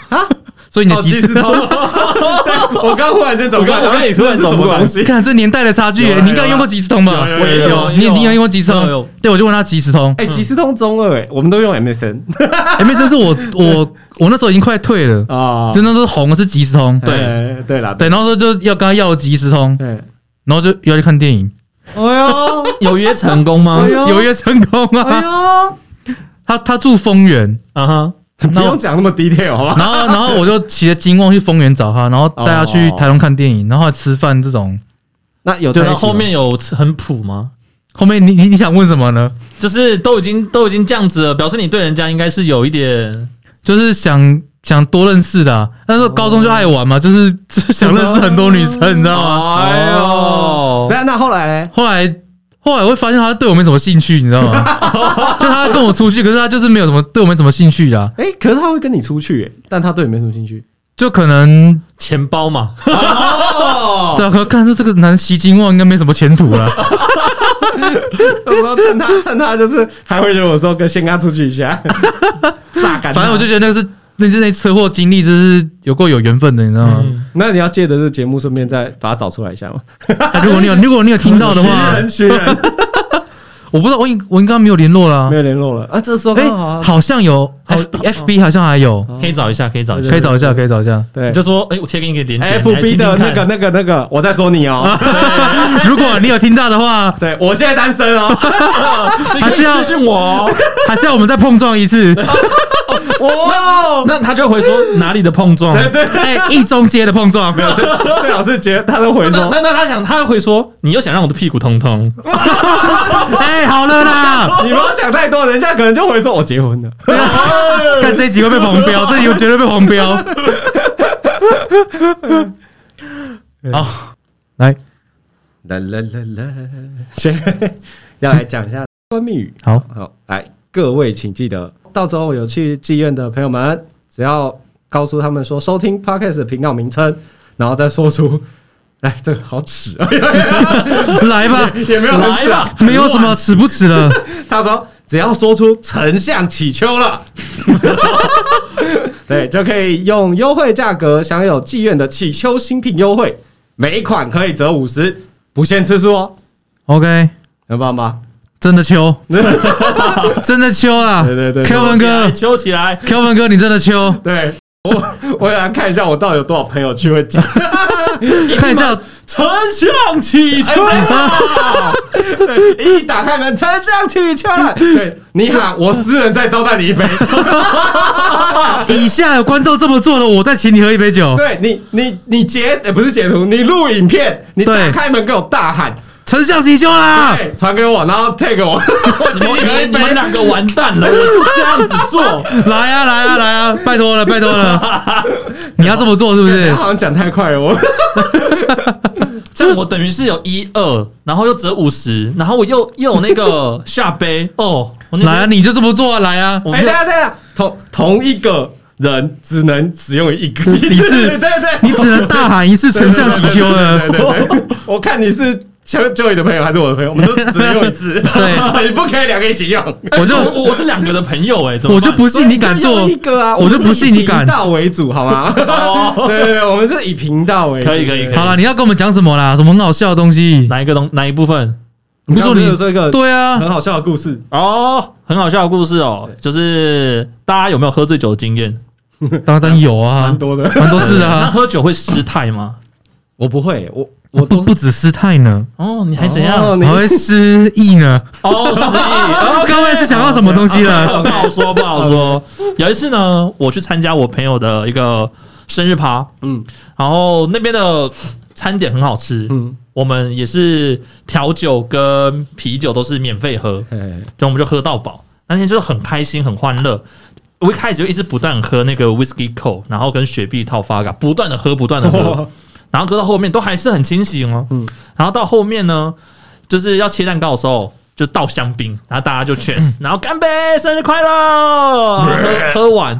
[SPEAKER 2] 啊，
[SPEAKER 1] 所以你的肌
[SPEAKER 2] 通， 对我刚忽然间走过来，
[SPEAKER 3] 我刚我刚也突然走过
[SPEAKER 2] 这是什么
[SPEAKER 3] 来
[SPEAKER 2] 东 西
[SPEAKER 1] 你看这年代的差距、
[SPEAKER 3] 有啊
[SPEAKER 1] 欸，你应
[SPEAKER 3] 有
[SPEAKER 1] 该
[SPEAKER 3] 啊
[SPEAKER 1] 用过即时通吧？
[SPEAKER 2] 有有
[SPEAKER 1] 我也有，
[SPEAKER 3] 有有
[SPEAKER 1] 你一定
[SPEAKER 3] 有
[SPEAKER 1] 用过即时
[SPEAKER 3] 有
[SPEAKER 1] 通
[SPEAKER 3] 有。
[SPEAKER 1] 对，我就问他即时 通，
[SPEAKER 2] 哎，即时通中二，哎，我们都用 MSN
[SPEAKER 1] 哎，没事，是我我我那时候已经快退了，
[SPEAKER 2] 啊
[SPEAKER 1] 就那时候红的是即时通，
[SPEAKER 3] 对
[SPEAKER 2] 哎对啦，
[SPEAKER 1] 对，然后就要跟他要即时通，
[SPEAKER 2] 对，
[SPEAKER 1] 然后就要去看电影，
[SPEAKER 2] 哎呦，
[SPEAKER 3] 有约成功吗
[SPEAKER 2] 哎呦，
[SPEAKER 1] 有约成功
[SPEAKER 2] 哎
[SPEAKER 1] 啊！
[SPEAKER 2] 呦，
[SPEAKER 1] 他他住丰原，
[SPEAKER 3] 啊哈，
[SPEAKER 2] 不用讲那么 detail 好吧？
[SPEAKER 1] 然后，然后我就骑着金旺去丰原找他，然后带他去台东看电影，然后吃饭这种。
[SPEAKER 2] 那有
[SPEAKER 1] 对
[SPEAKER 2] 在一
[SPEAKER 3] 然后
[SPEAKER 2] 起吗
[SPEAKER 3] 后面有很普吗？
[SPEAKER 1] 后面你你你想问什么呢？
[SPEAKER 3] 就是都已经都已经这样子了，表示你对人家应该是有一点
[SPEAKER 1] 就是想想多认识的、啊，那时候高中就爱玩嘛，就是 就是想认识很多女生，你知道吗？
[SPEAKER 3] 哎
[SPEAKER 2] 哦
[SPEAKER 3] 呦，
[SPEAKER 2] 那那后来嘞
[SPEAKER 1] 后来后来我会发现他对我没什么兴趣，你知道吗？ 就他跟我出去，可是他就是没有什么对我没什么兴趣的啊、
[SPEAKER 2] 哎，可是他会跟你出去耶，但他对你没什么兴趣。
[SPEAKER 1] 就可能
[SPEAKER 3] 钱包嘛，
[SPEAKER 2] 哦
[SPEAKER 1] 对啊，可看出这个男吸金旺应该没什么前途了。
[SPEAKER 2] 我说趁他趁他就是还会惹我说跟先跟他出去一下，榨干他。
[SPEAKER 1] 反正我就觉得那个是那是那车祸经历，就是有够有缘分的，你知道吗？
[SPEAKER 3] 嗯，
[SPEAKER 2] 那你要借着这个节目，顺便再把他找出来一下吗？
[SPEAKER 1] 啊 如果你有如果你有听到的 话，
[SPEAKER 2] 学人，
[SPEAKER 1] 我不知道我应我应该没有联络啦
[SPEAKER 2] 没。有联络了啊。这时候
[SPEAKER 1] 哎、
[SPEAKER 2] 刚好啊
[SPEAKER 1] 好像有
[SPEAKER 3] 好
[SPEAKER 1] F F B 好像还有，
[SPEAKER 2] 哦
[SPEAKER 3] 可以找一下，可以找一下
[SPEAKER 1] 可以，找一下，可以找一下。
[SPEAKER 2] 对
[SPEAKER 3] 你就说，哎，我贴给你个链接
[SPEAKER 2] ，F B 的那，个
[SPEAKER 3] 你来听听看
[SPEAKER 2] 那个那个，我在说你哦。
[SPEAKER 1] 如果你有听到的话，
[SPEAKER 2] 对我现在单身哦，
[SPEAKER 3] 你
[SPEAKER 1] 还
[SPEAKER 3] 可
[SPEAKER 1] 是
[SPEAKER 3] 以
[SPEAKER 1] 要
[SPEAKER 3] 私信我哦，
[SPEAKER 1] 还是要我们再碰撞一次。
[SPEAKER 2] 哇， 哦
[SPEAKER 3] 那他就会说哪里的碰 撞。
[SPEAKER 2] 对对，
[SPEAKER 1] 哎、一中街的碰撞，
[SPEAKER 2] 最好是觉得他都回
[SPEAKER 3] 那
[SPEAKER 2] 说，
[SPEAKER 3] 那那他想，他会说，你又想让我的屁股通通，
[SPEAKER 1] 哎、好了啦。
[SPEAKER 2] 你不要想太多，人家可能就回说我哦结婚了。
[SPEAKER 1] 看这一集会被黄标，这一集我绝对被黄标。 好，来，
[SPEAKER 2] 啦啦啦啦， 先要来讲一下关密语。
[SPEAKER 1] 好，
[SPEAKER 2] 好，来各位请记得，到时候有去妓院的朋友们，只要告诉他们说收听 podcast 的频道名称，然后再说出。来，这个好耻啊！
[SPEAKER 1] 来吧，
[SPEAKER 2] 也没有很
[SPEAKER 3] 来
[SPEAKER 2] 耻啊。
[SPEAKER 3] 吧，
[SPEAKER 1] 没有什么耻不耻的。
[SPEAKER 2] 他说，只要说出丞相乞秋了， 对，就可以用优惠价格享有妓院的乞秋新品优惠，每一款可以折五十，不限次数哦，
[SPEAKER 1] OK，
[SPEAKER 2] 能办吗？
[SPEAKER 1] 真的秋，真的秋啊！
[SPEAKER 2] 对对对对
[SPEAKER 1] Kevin 哥
[SPEAKER 3] 哎揪起来，
[SPEAKER 1] ，Kevin 哥，你真的秋，
[SPEAKER 2] 对我， 我也来看一下我到底有多少朋友去会讲。
[SPEAKER 1] 看一下，啊
[SPEAKER 3] 丞相起秋，
[SPEAKER 2] 哎对，一打开门，丞相乞秋了。对你好，我私人再招待你一杯。
[SPEAKER 1] 以下有观众这么做了，我再请你喝一杯酒。
[SPEAKER 2] 对你，你你截、呃不是截图，你录影片，你打
[SPEAKER 1] 对啊
[SPEAKER 2] 开门给我大喊，
[SPEAKER 1] 丞相喜秋啦！
[SPEAKER 2] 对，传给我，然后 tag 我，我
[SPEAKER 3] 你
[SPEAKER 2] 请你喝
[SPEAKER 3] 们
[SPEAKER 2] 一
[SPEAKER 3] 你
[SPEAKER 2] 杯
[SPEAKER 3] 们。两个完蛋了，我就这样子 做，
[SPEAKER 1] 来啊，来啊，来啊！拜托了，拜托了！ 你要这么做是不是
[SPEAKER 2] 他？好像讲太快了，我
[SPEAKER 3] 这样我等于是有一二，然后又折五十，然后我又又有那个下杯哦，我那天
[SPEAKER 1] 来啊，你就这么做啊！来啊！
[SPEAKER 3] 我
[SPEAKER 2] 哎，
[SPEAKER 3] 没
[SPEAKER 2] 等
[SPEAKER 3] 有
[SPEAKER 2] 一下等一下，同同一个人只能使用一个
[SPEAKER 1] 一次
[SPEAKER 2] 对对对，
[SPEAKER 1] 你只能大喊一次丞相喜秋了
[SPEAKER 2] 对。对对， 对我看你是。小 Joey 的朋友还是我的朋友，我们都只能用一次，
[SPEAKER 1] 对，
[SPEAKER 2] 你不可以两个一起用。
[SPEAKER 1] 我就
[SPEAKER 3] 我我是两个的朋友哎、怎么
[SPEAKER 1] 我
[SPEAKER 3] 办
[SPEAKER 1] 就不信你敢
[SPEAKER 2] 就
[SPEAKER 1] 做
[SPEAKER 2] 用一。个啊，
[SPEAKER 1] 我就不信你敢
[SPEAKER 2] 我们是以频道为主，好吗？对对对，我们是哦以频道为主。
[SPEAKER 3] 可以可以可以
[SPEAKER 1] 好了，你要跟我们讲什么啦？什么很好笑的东西？
[SPEAKER 3] 哪一个东哪一部分
[SPEAKER 1] 你不
[SPEAKER 2] 刚
[SPEAKER 1] 说
[SPEAKER 2] 刚不是
[SPEAKER 1] 你
[SPEAKER 2] 有说一个
[SPEAKER 1] 对啊
[SPEAKER 2] 很，好笑的故事，
[SPEAKER 3] 哦，很好笑的故事哦，就是大家有没有喝醉酒的经验？
[SPEAKER 1] 当然有
[SPEAKER 2] 蛮
[SPEAKER 1] 啊，
[SPEAKER 2] 多的。
[SPEAKER 1] 蛮多事的
[SPEAKER 3] 那
[SPEAKER 1] 啊。
[SPEAKER 3] 喝酒会失态吗？
[SPEAKER 2] 我不会，我我
[SPEAKER 1] 不
[SPEAKER 2] 都
[SPEAKER 1] 不止失态呢，
[SPEAKER 3] 哦，你还怎样？
[SPEAKER 2] 哦
[SPEAKER 3] 哦，
[SPEAKER 2] 你
[SPEAKER 1] 还会失忆呢。
[SPEAKER 3] 失忆。
[SPEAKER 1] 刚才是想到什么东西了？
[SPEAKER 3] 不 好说，不好说。 有一次呢，我去参加我朋友的一个生日趴，
[SPEAKER 2] 嗯
[SPEAKER 3] 然后那边的餐点很好吃，
[SPEAKER 2] 嗯，
[SPEAKER 3] 我们也是调酒跟啤酒都是免费喝，
[SPEAKER 2] 哎，
[SPEAKER 3] 然后我们就喝到饱。那天就很开心，很欢乐。我一开始就一直不断喝那个 whisky cold，然后跟雪碧套发嘎，不断的喝，不断
[SPEAKER 2] 哦
[SPEAKER 3] 的喝，然后喝到后面都还是很清醒哦。
[SPEAKER 2] 嗯
[SPEAKER 3] 然后到后面呢，就是要切蛋糕的时候，就倒香槟，然后大家就 cheers，然后干杯，生日快乐！喝喝完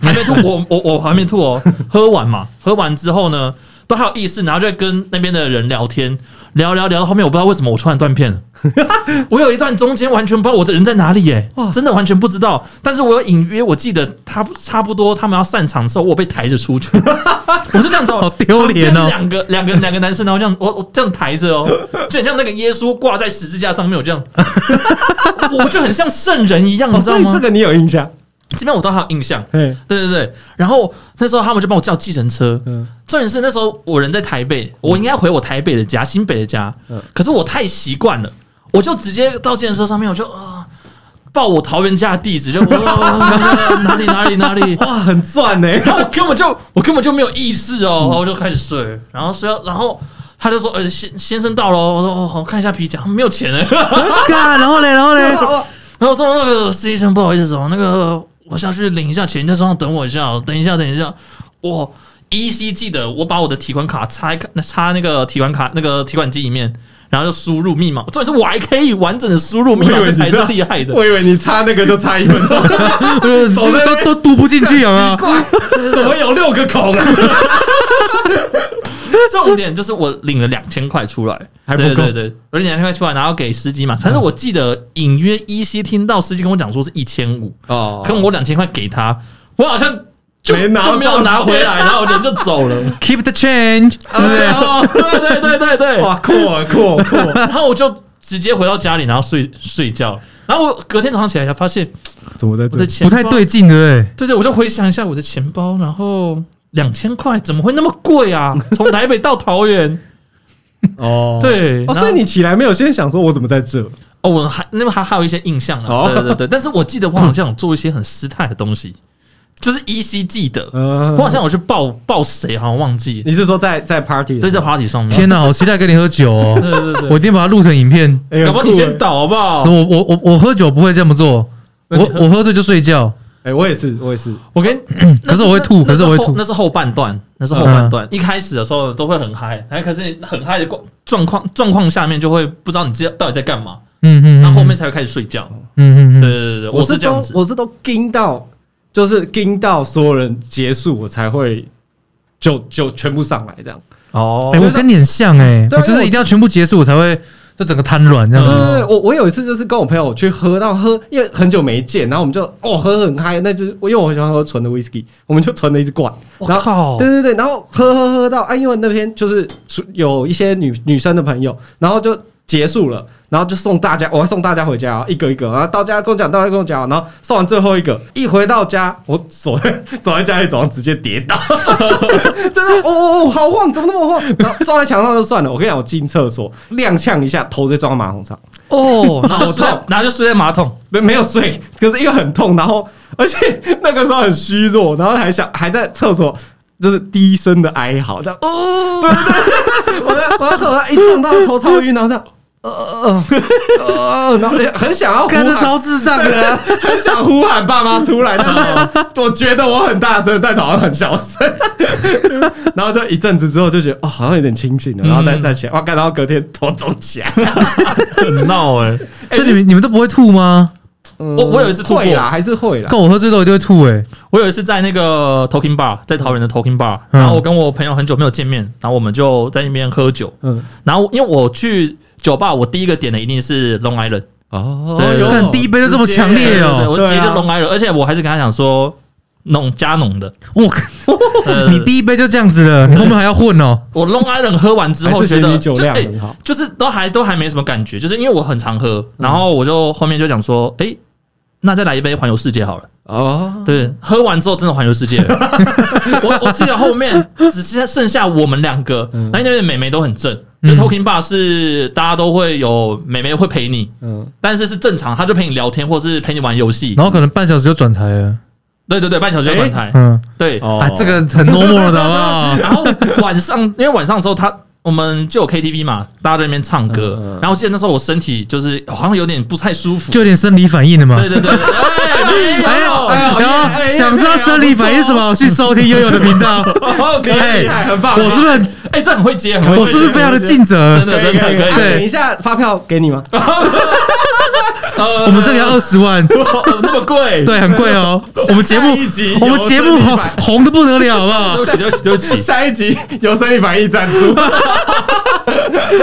[SPEAKER 3] 还没吐，我我我还没吐哦，喝完嘛，喝完之后呢，都还有意识，然后就跟那边的人聊天，聊聊聊到后面，我不知道为什么我突然断片了。我有一段中间完全不知道我的人在哪里耶、真的完全不知道。但是我有隐约我记得他差不多他们要散场的时候，我被抬着出去，我就这样子哦、
[SPEAKER 1] 好丢脸哦
[SPEAKER 3] 两个两个两个男生，然后这样我我这样抬着哦，就很像那个耶稣挂在十字架上面，我 这样，我就很像圣人一样，你知
[SPEAKER 2] 哦所
[SPEAKER 3] 道
[SPEAKER 2] 以
[SPEAKER 3] 吗
[SPEAKER 2] 这？个你有印象？
[SPEAKER 3] 这边我倒还有印象，
[SPEAKER 2] 嘿，
[SPEAKER 3] 对对对。然后那时候他们就帮我叫计程车，
[SPEAKER 2] 嗯
[SPEAKER 3] 重点是那时候我人在台北，我应该回我台北的家、新北的家
[SPEAKER 2] 嗯，
[SPEAKER 3] 可是我太习惯了，我就直接到计程车上面，我就啊、报我桃园家的地址，就、哦、 哪里哪里哪里，
[SPEAKER 2] 哇，很赚呢、
[SPEAKER 3] 然后我根本就我根本就没有意识哦，然后我就开始睡，然后睡到，然后他就说：“呃，先先生到了哦。”我说：“哦，好看一下皮夹，没有钱哎。
[SPEAKER 1] 干，然后嘞，然后嘞，
[SPEAKER 3] 然后我说：“那个司机先生，不好意思哦，那个我下去领一下钱，你在车上等我一下哦，等一下，等一下。”我依稀记得我把我的提款卡插一个插那个提款卡那个提款机里面。然后就输入密码，重点是我还可以完整的输入密码，
[SPEAKER 2] 我以为
[SPEAKER 3] 这
[SPEAKER 2] 你
[SPEAKER 3] 才是
[SPEAKER 2] 知道
[SPEAKER 3] 厉害的。
[SPEAKER 2] 我以为你插那个就插一分 钟，手在那
[SPEAKER 1] 都
[SPEAKER 2] 边
[SPEAKER 1] 都读不进去啊！
[SPEAKER 2] 怎么有六个孔啊？
[SPEAKER 3] 重点就是我领了两千块出来，
[SPEAKER 2] 还不
[SPEAKER 3] 对
[SPEAKER 2] 够
[SPEAKER 3] 对对，对我领两千块出来，然后给司机嘛。但是我记得隐约依稀听到司机跟我讲说是一千五，
[SPEAKER 2] 哦
[SPEAKER 3] 可我两千块给他，我好像就
[SPEAKER 2] 没拿到
[SPEAKER 3] 就没有拿回 来，然后人就 走了。
[SPEAKER 1] Keep the change，对不对？
[SPEAKER 3] 哦对对对对 对，
[SPEAKER 2] 哇，酷啊酷啊酷啊！
[SPEAKER 3] 然后我就直接回到家里，然后睡睡觉。然后我隔天早上起来才发现
[SPEAKER 2] 怎么在
[SPEAKER 3] 我
[SPEAKER 2] 这
[SPEAKER 3] 的
[SPEAKER 2] 里？
[SPEAKER 3] 钱
[SPEAKER 1] 不太
[SPEAKER 3] 包
[SPEAKER 1] 对，劲，对不对？
[SPEAKER 3] 对对，我就回想一下我的钱包，然后两千块怎么会那么贵啊？从台北到桃园，
[SPEAKER 2] 哦，
[SPEAKER 3] 对，
[SPEAKER 2] 哦，
[SPEAKER 3] 然后
[SPEAKER 2] 所以你起来没有先想说我怎么在这？
[SPEAKER 3] 哦，我还那边还还有一些印象
[SPEAKER 2] 哦
[SPEAKER 3] 了，对对对，但是我记得我好像有做一些很失态的 东西，就是依稀记得，
[SPEAKER 2] 嗯
[SPEAKER 3] 我好像有去抱抱谁，好像忘记，
[SPEAKER 2] 你是说在在 party？
[SPEAKER 3] 对，在 party 上
[SPEAKER 1] 嗯
[SPEAKER 3] 面，
[SPEAKER 1] 天哪，好期待跟你喝酒哦！
[SPEAKER 3] 对对对
[SPEAKER 1] 我一定把它录成影片。
[SPEAKER 2] 哎，
[SPEAKER 3] 搞不好
[SPEAKER 2] 很
[SPEAKER 3] 你
[SPEAKER 2] 酷
[SPEAKER 3] 先倒好不好
[SPEAKER 1] 怎？么我我我喝酒不会这么做，
[SPEAKER 3] 哦那
[SPEAKER 1] 我
[SPEAKER 3] 你喝
[SPEAKER 1] 我喝醉就睡觉。
[SPEAKER 2] 哎，我也是，我也是。
[SPEAKER 3] 我跟，
[SPEAKER 1] 可是我会吐
[SPEAKER 3] 那
[SPEAKER 1] 可是我会
[SPEAKER 3] 那后
[SPEAKER 1] 吐嗯
[SPEAKER 3] 那是后半段，那是后半段，一开始的时候都会很嗨，哎，可是很嗨的状状况状况下面就会不知道你自己到底在干嘛，
[SPEAKER 1] 嗯嗯，
[SPEAKER 3] 然后后
[SPEAKER 1] 嗯
[SPEAKER 3] 面才会开始睡觉，
[SPEAKER 1] 嗯嗯嗯，
[SPEAKER 3] 对对对对，我
[SPEAKER 2] 是
[SPEAKER 3] 是这样
[SPEAKER 2] 都
[SPEAKER 3] 子，
[SPEAKER 2] 我是都盯到，就是盯到所有人结束，我才会就就全部上来这样。
[SPEAKER 3] 哦
[SPEAKER 1] 哎，我跟你很像哎，
[SPEAKER 2] 对
[SPEAKER 3] 啊
[SPEAKER 1] 我就
[SPEAKER 2] 因为
[SPEAKER 1] 是
[SPEAKER 2] 我
[SPEAKER 1] 一定要全部结束，我才会就整个瘫软这样
[SPEAKER 3] 嗯
[SPEAKER 2] 对对
[SPEAKER 1] 子。
[SPEAKER 2] 对，我我有一次就是跟我朋友去喝到喝，因为很久没见，然后我们就哦喝很嗨，那就是因为我很喜欢喝纯的 whisky，我们就纯了一支罐，
[SPEAKER 3] 我
[SPEAKER 2] 然后
[SPEAKER 3] 靠
[SPEAKER 2] 对，对对，然后喝喝喝到，啊，因为那天就是有一些女女生的朋友，然后就结束了，然后就送大家，我要送大家回家、哦，一个一个，然后到家跟我讲，到家跟我讲，然后送完最后一个，一回到家，我走在 走在家里走上直接跌倒，就是哦哦哦，好晃，怎么那么晃？然后撞在墙上就算了，我跟你讲，我进厕所踉跄一下，头直接撞到马桶上，
[SPEAKER 3] 哦，然后
[SPEAKER 2] 好
[SPEAKER 3] 就睡在
[SPEAKER 2] 痛，
[SPEAKER 3] 然后就睡在马桶，
[SPEAKER 2] 没没有睡，可是因为很痛，然后而且 那个时候很虚弱，然后还想还在厕所就是低声的哀嚎，这样。
[SPEAKER 3] 哦，
[SPEAKER 2] 我在我在手上一撞到头超晕，然后这样，呃呃呃，呃然后很想要呼
[SPEAKER 1] 干这
[SPEAKER 2] 喊，
[SPEAKER 1] 超智障的啊，
[SPEAKER 2] 很想呼喊爸妈出来，但是我觉得我很大声，但好像很小声。 然后就一阵子之后就觉得哦，好像有点清醒了，然后再
[SPEAKER 3] 嗯
[SPEAKER 2] 再起来，哇，干，然后隔天头肿起来，
[SPEAKER 3] 很闹 哎，
[SPEAKER 1] 所以你们你们都不会吐吗？
[SPEAKER 2] 我
[SPEAKER 3] 我有一次吐过
[SPEAKER 2] 会啦，还是会啦。
[SPEAKER 1] 看我喝醉都一定会吐哎。
[SPEAKER 3] 我有一次在那个 Talking Bar，在桃园的 Talking Bar，
[SPEAKER 1] 嗯
[SPEAKER 3] 然后我跟我朋友很久没有见面，然后我们就在那边喝酒。
[SPEAKER 2] 嗯，
[SPEAKER 3] 然后因为我去酒吧，我第一个点的一定是 Long Island，
[SPEAKER 2] 哦
[SPEAKER 3] 对
[SPEAKER 2] 有
[SPEAKER 1] 干第一杯就这么强烈
[SPEAKER 3] 对
[SPEAKER 1] 哦
[SPEAKER 3] 对，我
[SPEAKER 2] 对啊
[SPEAKER 3] 直接就 Long Island，而且我还是跟他讲说浓加 浓的。
[SPEAKER 1] 我靠，
[SPEAKER 3] 呃
[SPEAKER 1] 你第一杯就这样子了，你后面还要混哦。
[SPEAKER 3] 我 Long Island 喝完之
[SPEAKER 2] 还
[SPEAKER 3] 后
[SPEAKER 2] 是
[SPEAKER 3] 觉
[SPEAKER 2] 嫌
[SPEAKER 3] 得
[SPEAKER 2] 你酒
[SPEAKER 3] 就
[SPEAKER 2] 量
[SPEAKER 3] 哎
[SPEAKER 2] 很好，
[SPEAKER 3] 就是都还都还没什么感觉，就是因为我很常喝，然后我就后面就讲说，哎，那再来一杯环游世界好了。
[SPEAKER 1] 嗯
[SPEAKER 2] 哦，
[SPEAKER 3] 对，喝完之后真的环游世界了。 我我记得后面只剩剩下我们两个，那那边的美眉都很正。就
[SPEAKER 1] 嗯
[SPEAKER 3] Talking Bar 是大家都会有美眉会陪你，
[SPEAKER 2] 嗯，
[SPEAKER 3] 但是是正常，她就陪你聊天，或是陪你玩游戏。
[SPEAKER 1] 然后可能半小时就转台了，
[SPEAKER 3] 对对对，半小时就转台。
[SPEAKER 1] 嗯，
[SPEAKER 3] 对，
[SPEAKER 2] 哦
[SPEAKER 1] 啊，这个很 normal 的好不 好？
[SPEAKER 3] 然后 晚上因为晚上的时候，她我们就有 KTV 嘛，大家在那边唱歌
[SPEAKER 2] 嗯嗯。
[SPEAKER 3] 然后我记得那时候我身体就是好像有点不太舒服。
[SPEAKER 1] 就有点生理反应了嘛。
[SPEAKER 3] 对对对，
[SPEAKER 1] 哎
[SPEAKER 3] 对哎
[SPEAKER 1] 呦，
[SPEAKER 3] 呦，
[SPEAKER 1] 然后想知道生理反应是什么，去收听悠悠的频道。
[SPEAKER 3] 哦 OK，
[SPEAKER 1] 哎
[SPEAKER 2] 厉害，很棒。
[SPEAKER 1] 我是不是很
[SPEAKER 3] 哎，这很会接，很会
[SPEAKER 1] 我
[SPEAKER 3] 接
[SPEAKER 1] 是不是非常的尽
[SPEAKER 3] 真
[SPEAKER 1] 责？哎
[SPEAKER 3] 的真的可以。
[SPEAKER 2] 啊
[SPEAKER 1] 对
[SPEAKER 2] 等一下发票给你吗？
[SPEAKER 3] 呃
[SPEAKER 1] 我们这个要二十万，
[SPEAKER 3] 哦 那么贵，
[SPEAKER 1] 对，很贵哦。我们节目
[SPEAKER 2] 下一集，
[SPEAKER 1] 我们节目
[SPEAKER 2] 有生理
[SPEAKER 1] 红
[SPEAKER 2] 反
[SPEAKER 1] 红的不得了，好不好
[SPEAKER 3] 对不？啊起对不起对不 起。
[SPEAKER 2] 下一集由生理反应赞助。
[SPEAKER 3] 哎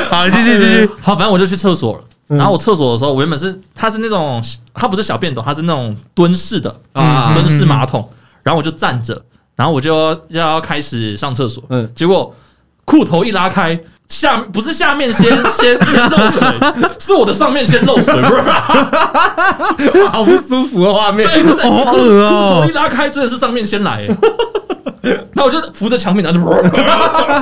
[SPEAKER 1] 好，继续继续。
[SPEAKER 3] 好，反正我就去厕所了。然后我厕所的时候，我原本是它是那种它不是小便斗，它是那种蹲式的
[SPEAKER 2] 啊
[SPEAKER 3] 啊，蹲式马桶。然后我就站着，然后我就要开始上厕所。
[SPEAKER 2] 嗯
[SPEAKER 3] 嗯，结果裤头一拉开。下不是下面先 先先漏水，是我的上面先漏水，不是？
[SPEAKER 2] 好不舒服的画面
[SPEAKER 3] 对，真的，
[SPEAKER 1] 哦好恶
[SPEAKER 3] 裤头一
[SPEAKER 1] 哦！
[SPEAKER 3] 拉 开真的是上面先来、欸。然后我就扶着墙壁，然后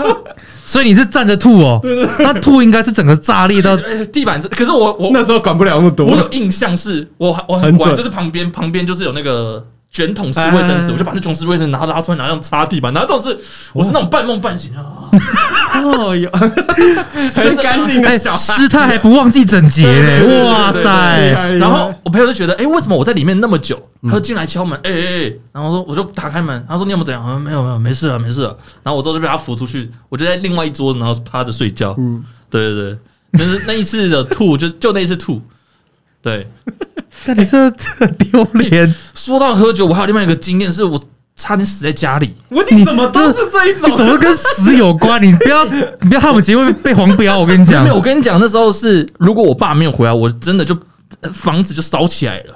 [SPEAKER 3] 就
[SPEAKER 1] 所以你是站着吐哦，那吐应该是整个炸裂 到
[SPEAKER 3] 呃地板是，可是我我
[SPEAKER 2] 那时候管不了那么
[SPEAKER 3] 我
[SPEAKER 2] 多
[SPEAKER 3] 有，印象是，我我
[SPEAKER 2] 很
[SPEAKER 3] 很乖，
[SPEAKER 2] 准
[SPEAKER 3] 就是旁边旁边就是有那个卷筒式卫生纸，
[SPEAKER 2] 哎
[SPEAKER 3] 我就把那卷筒式卫生纸拿拉出来，然后用擦地板，然后倒是我是那种半梦半醒 啊，
[SPEAKER 2] 哦哟，很干净的
[SPEAKER 1] 哎
[SPEAKER 2] 小孩，
[SPEAKER 1] 师太还不忘记整洁
[SPEAKER 3] 对对对
[SPEAKER 1] 嘞，
[SPEAKER 3] 对
[SPEAKER 1] 哇
[SPEAKER 3] 对对
[SPEAKER 2] 厉
[SPEAKER 1] 塞！
[SPEAKER 2] 害
[SPEAKER 3] 然后我朋友就觉得，哎，为什么我在里面那么久？他就进来敲门，哎哎，哎然后我说我就打开门，他说你有没有怎样？我说没有没有，没事了没事了。然后我之后就被他扶出去，我就在另外一桌，然后趴着睡觉。
[SPEAKER 2] 嗯
[SPEAKER 3] 对对对，但是那一次的吐就就那一次吐，对。
[SPEAKER 1] 看你这很丢 脸，
[SPEAKER 3] 说到喝酒，我还有另外一个经验，是我差点死在家里。
[SPEAKER 2] 我你怎么都是这一
[SPEAKER 1] 你
[SPEAKER 2] 种？
[SPEAKER 1] 怎么跟死有关？你不要你不要害我们节目被黄标，我跟你讲
[SPEAKER 3] 没有，，我跟你讲，那时候是如果我爸没有回来，我真的就呃房子就烧起来了。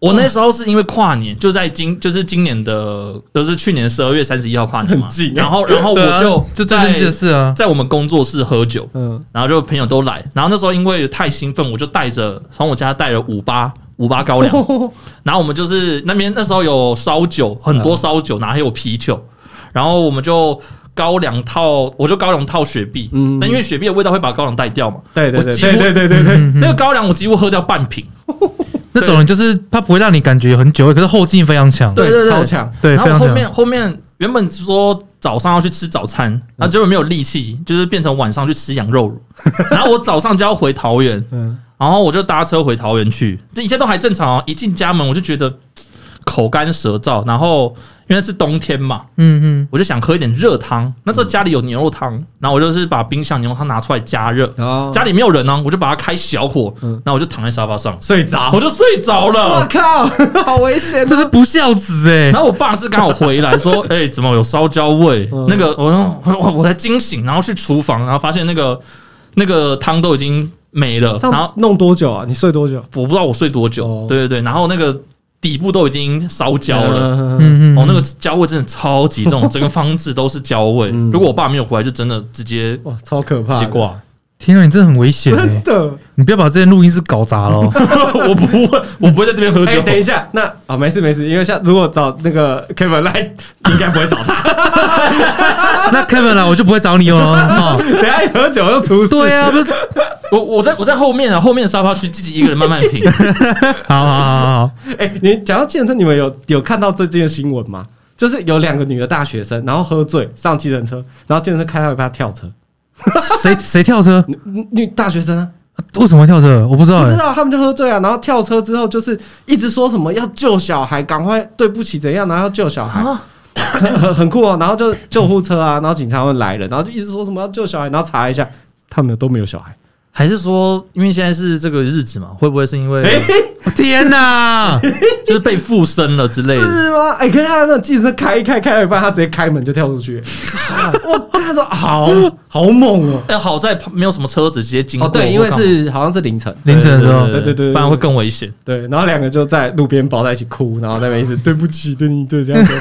[SPEAKER 3] 我那时候是因为跨年，就在今就是今年的，呃就是去年十二月三十一号跨年嘛
[SPEAKER 2] 很近。啊
[SPEAKER 3] 然后，然后
[SPEAKER 1] 对
[SPEAKER 3] 我
[SPEAKER 1] 啊
[SPEAKER 3] 就
[SPEAKER 1] 就最
[SPEAKER 3] 在
[SPEAKER 1] 生气的事啊，
[SPEAKER 3] 在我们工作室喝酒，
[SPEAKER 2] 嗯，
[SPEAKER 3] 然后就朋友都来，然后那时候因为太兴奋，我就带着从我家带了五八五八高粱，然后我们就是那边那时候有烧酒，很多烧酒，然后还有啤酒，然后我们就高粱套，我就高粱套雪碧，
[SPEAKER 2] 嗯
[SPEAKER 3] 那因为雪碧的味道会把高粱带掉嘛，
[SPEAKER 2] 对对
[SPEAKER 3] 我
[SPEAKER 2] 对
[SPEAKER 3] 几乎
[SPEAKER 2] 对对对对对，
[SPEAKER 1] 嗯
[SPEAKER 3] 那个高粱我几乎喝掉半瓶，
[SPEAKER 1] 那种人就是他不会让你感觉有很久味，可是后劲非常强，
[SPEAKER 3] 对对对
[SPEAKER 2] 超强，
[SPEAKER 1] 对，
[SPEAKER 3] 然
[SPEAKER 1] 非
[SPEAKER 3] 后
[SPEAKER 1] 常
[SPEAKER 3] 后
[SPEAKER 1] 强。
[SPEAKER 3] 面后面原本是说早上要去吃早餐，
[SPEAKER 1] 嗯
[SPEAKER 3] 然后结果没有力气，就是变成晚上去吃羊 肉乳，然后我早上就要回桃园，
[SPEAKER 2] 嗯，
[SPEAKER 3] 然后我就搭车回桃园去，这一切都还正常、哦。一进家门我就觉得嘖口干舌燥，然后因为是冬天嘛，
[SPEAKER 1] 嗯嗯，
[SPEAKER 3] 我就想喝一点热汤。那时候家里有牛肉汤，然后我就是把冰箱牛肉汤拿出来加热。
[SPEAKER 2] 然
[SPEAKER 1] 哦
[SPEAKER 2] 后
[SPEAKER 3] 家里没有人呢，我就把它开小火，
[SPEAKER 2] 哦嗯
[SPEAKER 3] 然后我就躺在沙发上，
[SPEAKER 2] 睡着，
[SPEAKER 3] 我就睡着
[SPEAKER 2] 我
[SPEAKER 3] 了。
[SPEAKER 2] 靠，好危险
[SPEAKER 1] 这是不孝子哎
[SPEAKER 3] 然，后我爸是刚好回来，说：“哎、怎么有烧焦味？”
[SPEAKER 2] 嗯
[SPEAKER 3] 那个，我说我我才惊醒，然后去厨房，然后发现那个那个汤都已经没了，
[SPEAKER 2] 这
[SPEAKER 3] 然后
[SPEAKER 2] 样弄多久啊？你睡多久？
[SPEAKER 3] 我不知道我睡多久，
[SPEAKER 2] 哦
[SPEAKER 3] 对对对，然后那个底部都已经烧焦了。
[SPEAKER 2] 了
[SPEAKER 1] 嗯嗯，
[SPEAKER 3] 哦，那个焦味真的超 级重，整个房子都是焦味。
[SPEAKER 2] 嗯
[SPEAKER 3] 如果我爸没有回来，就真的直接
[SPEAKER 2] 哇，超可怕
[SPEAKER 3] 直
[SPEAKER 2] 的，
[SPEAKER 3] 接挂。
[SPEAKER 1] 天啊，你真的很危险
[SPEAKER 2] 真
[SPEAKER 1] 哎，
[SPEAKER 2] 的。
[SPEAKER 1] 你不要把这些录音室搞砸了哦。
[SPEAKER 3] 我不会，我不会在这边 喝
[SPEAKER 2] 哎、
[SPEAKER 3] 酒。
[SPEAKER 2] 等一下，那啊、没事没事，因为像如果找那个 Kevin 来，应该不会找他。
[SPEAKER 1] 那 Kevin 啦，我就不会找 你哦。哦
[SPEAKER 2] 等一下一喝酒就出事。
[SPEAKER 1] 对啊，不是，
[SPEAKER 3] 我我在我在后面啊，后面沙发区自己一个人慢慢 品。
[SPEAKER 1] 好好好好好，
[SPEAKER 2] 哎、你讲到健身，你们有有看到这件新闻吗？就是有两个女的大学生，然后喝醉上计程车，然后计程车开到一半跳车，
[SPEAKER 1] 谁谁跳车？
[SPEAKER 2] 女女大学生、啊，
[SPEAKER 1] 为什么会跳车？我不知道
[SPEAKER 2] 不知
[SPEAKER 1] 哎。
[SPEAKER 2] 道他们就喝醉啊，然后跳车之后就是一直说什么要救小孩，赶快对不起怎样，然后要救小孩，很很很酷哦，然后就救护车啊，然后警察们来了，然后就一直说什么要救小孩，然后查一下，他们都没有小孩，
[SPEAKER 3] 还是说，因为现在是这个日子嘛，会不会是因
[SPEAKER 2] 哎
[SPEAKER 3] 为、
[SPEAKER 1] 天哪！
[SPEAKER 3] 就是被附身了之类的？
[SPEAKER 2] 是吗？哎、可是他那计程车开一开，开到一半，他直接开门就跳出去，哇，他说好好猛哦、
[SPEAKER 3] 哎，好在没有什么车子直接经过。
[SPEAKER 2] 哦，对，因为
[SPEAKER 3] 我靠
[SPEAKER 2] 是好像是凌晨，
[SPEAKER 1] 凌晨的时候
[SPEAKER 2] 对对对
[SPEAKER 3] 不然会更危险。
[SPEAKER 2] 对，然后两个就在路边抱在一起哭，然后在那 边一直对不起，对你对这样子。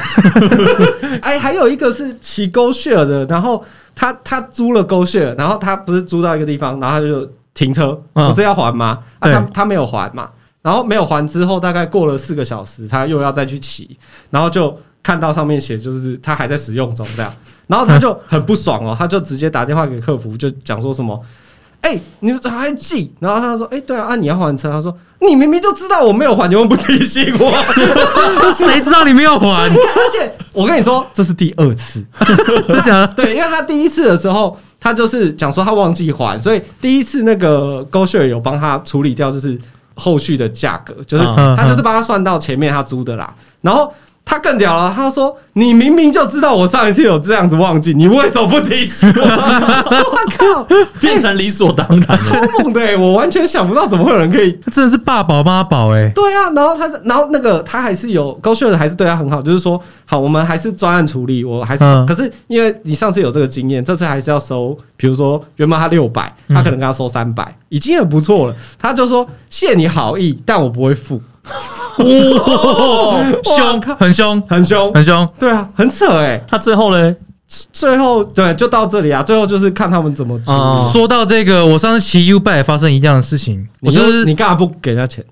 [SPEAKER 2] 哎，还有一个是骑狗血的，然后他他租了狗血，然后他不是租到一个地方，然后他就停车，
[SPEAKER 3] 嗯
[SPEAKER 2] 不是要还吗？啊，
[SPEAKER 1] 对
[SPEAKER 2] 他他没有还嘛，然后没有还之后，大概过了四个小时，他又要再去骑，然后就看到上面写就是他还在使用中这样，然后他就很不爽哦，他就直接打电话给客服，就讲说什么。哎、你们怎么还记？然后他说：“哎、对啊，啊你要还车。”他说：“你明明就知道我没有还，你为什么不提醒我？”
[SPEAKER 1] 谁知道你没有 还？
[SPEAKER 2] 而且我跟你说，这是第二次。
[SPEAKER 1] 真的假的？
[SPEAKER 2] 对，因为他第一次的时候，他就是讲说他忘记还，所以第一次那个高雪有帮他处理掉，就是后续的价格，就是
[SPEAKER 1] 嗯
[SPEAKER 2] 他就是帮他算到前面他租的啦。然后他更屌了，他说：“你明明就知道我上一次有这样子忘记，你为什么不提醒我？” 我靠，
[SPEAKER 3] 变成理所当然了。
[SPEAKER 2] 好猛的、欸！我完全想不到怎么会有人可以
[SPEAKER 1] 他真的是爸宝妈宝哎。
[SPEAKER 2] 对啊，然后他，然后那个他还是有高秀的，还是对他很好，就是说，好，我们还是专案处理，我还是，
[SPEAKER 1] 嗯
[SPEAKER 2] 可是因为你上次有这个经验，这次还是要收，比如说原本他六百，
[SPEAKER 1] 嗯
[SPEAKER 2] 他可能跟他收三百、已经很不错了。他就说谢你好意，但我不会付，
[SPEAKER 1] 哇，
[SPEAKER 2] 哇
[SPEAKER 1] 哦凶，
[SPEAKER 2] 靠
[SPEAKER 1] 很凶，
[SPEAKER 2] 很凶。
[SPEAKER 1] 很凶。
[SPEAKER 2] 对啊，很扯哎、
[SPEAKER 3] 他最后嘞，
[SPEAKER 2] 最后对，就到这里啊，最后就是看他们怎么处理。
[SPEAKER 3] 哦
[SPEAKER 1] 说到这个，我上次骑 U bike 发生一样的事情，我
[SPEAKER 2] 你
[SPEAKER 1] 就
[SPEAKER 2] 就是你干嘛不给人家钱？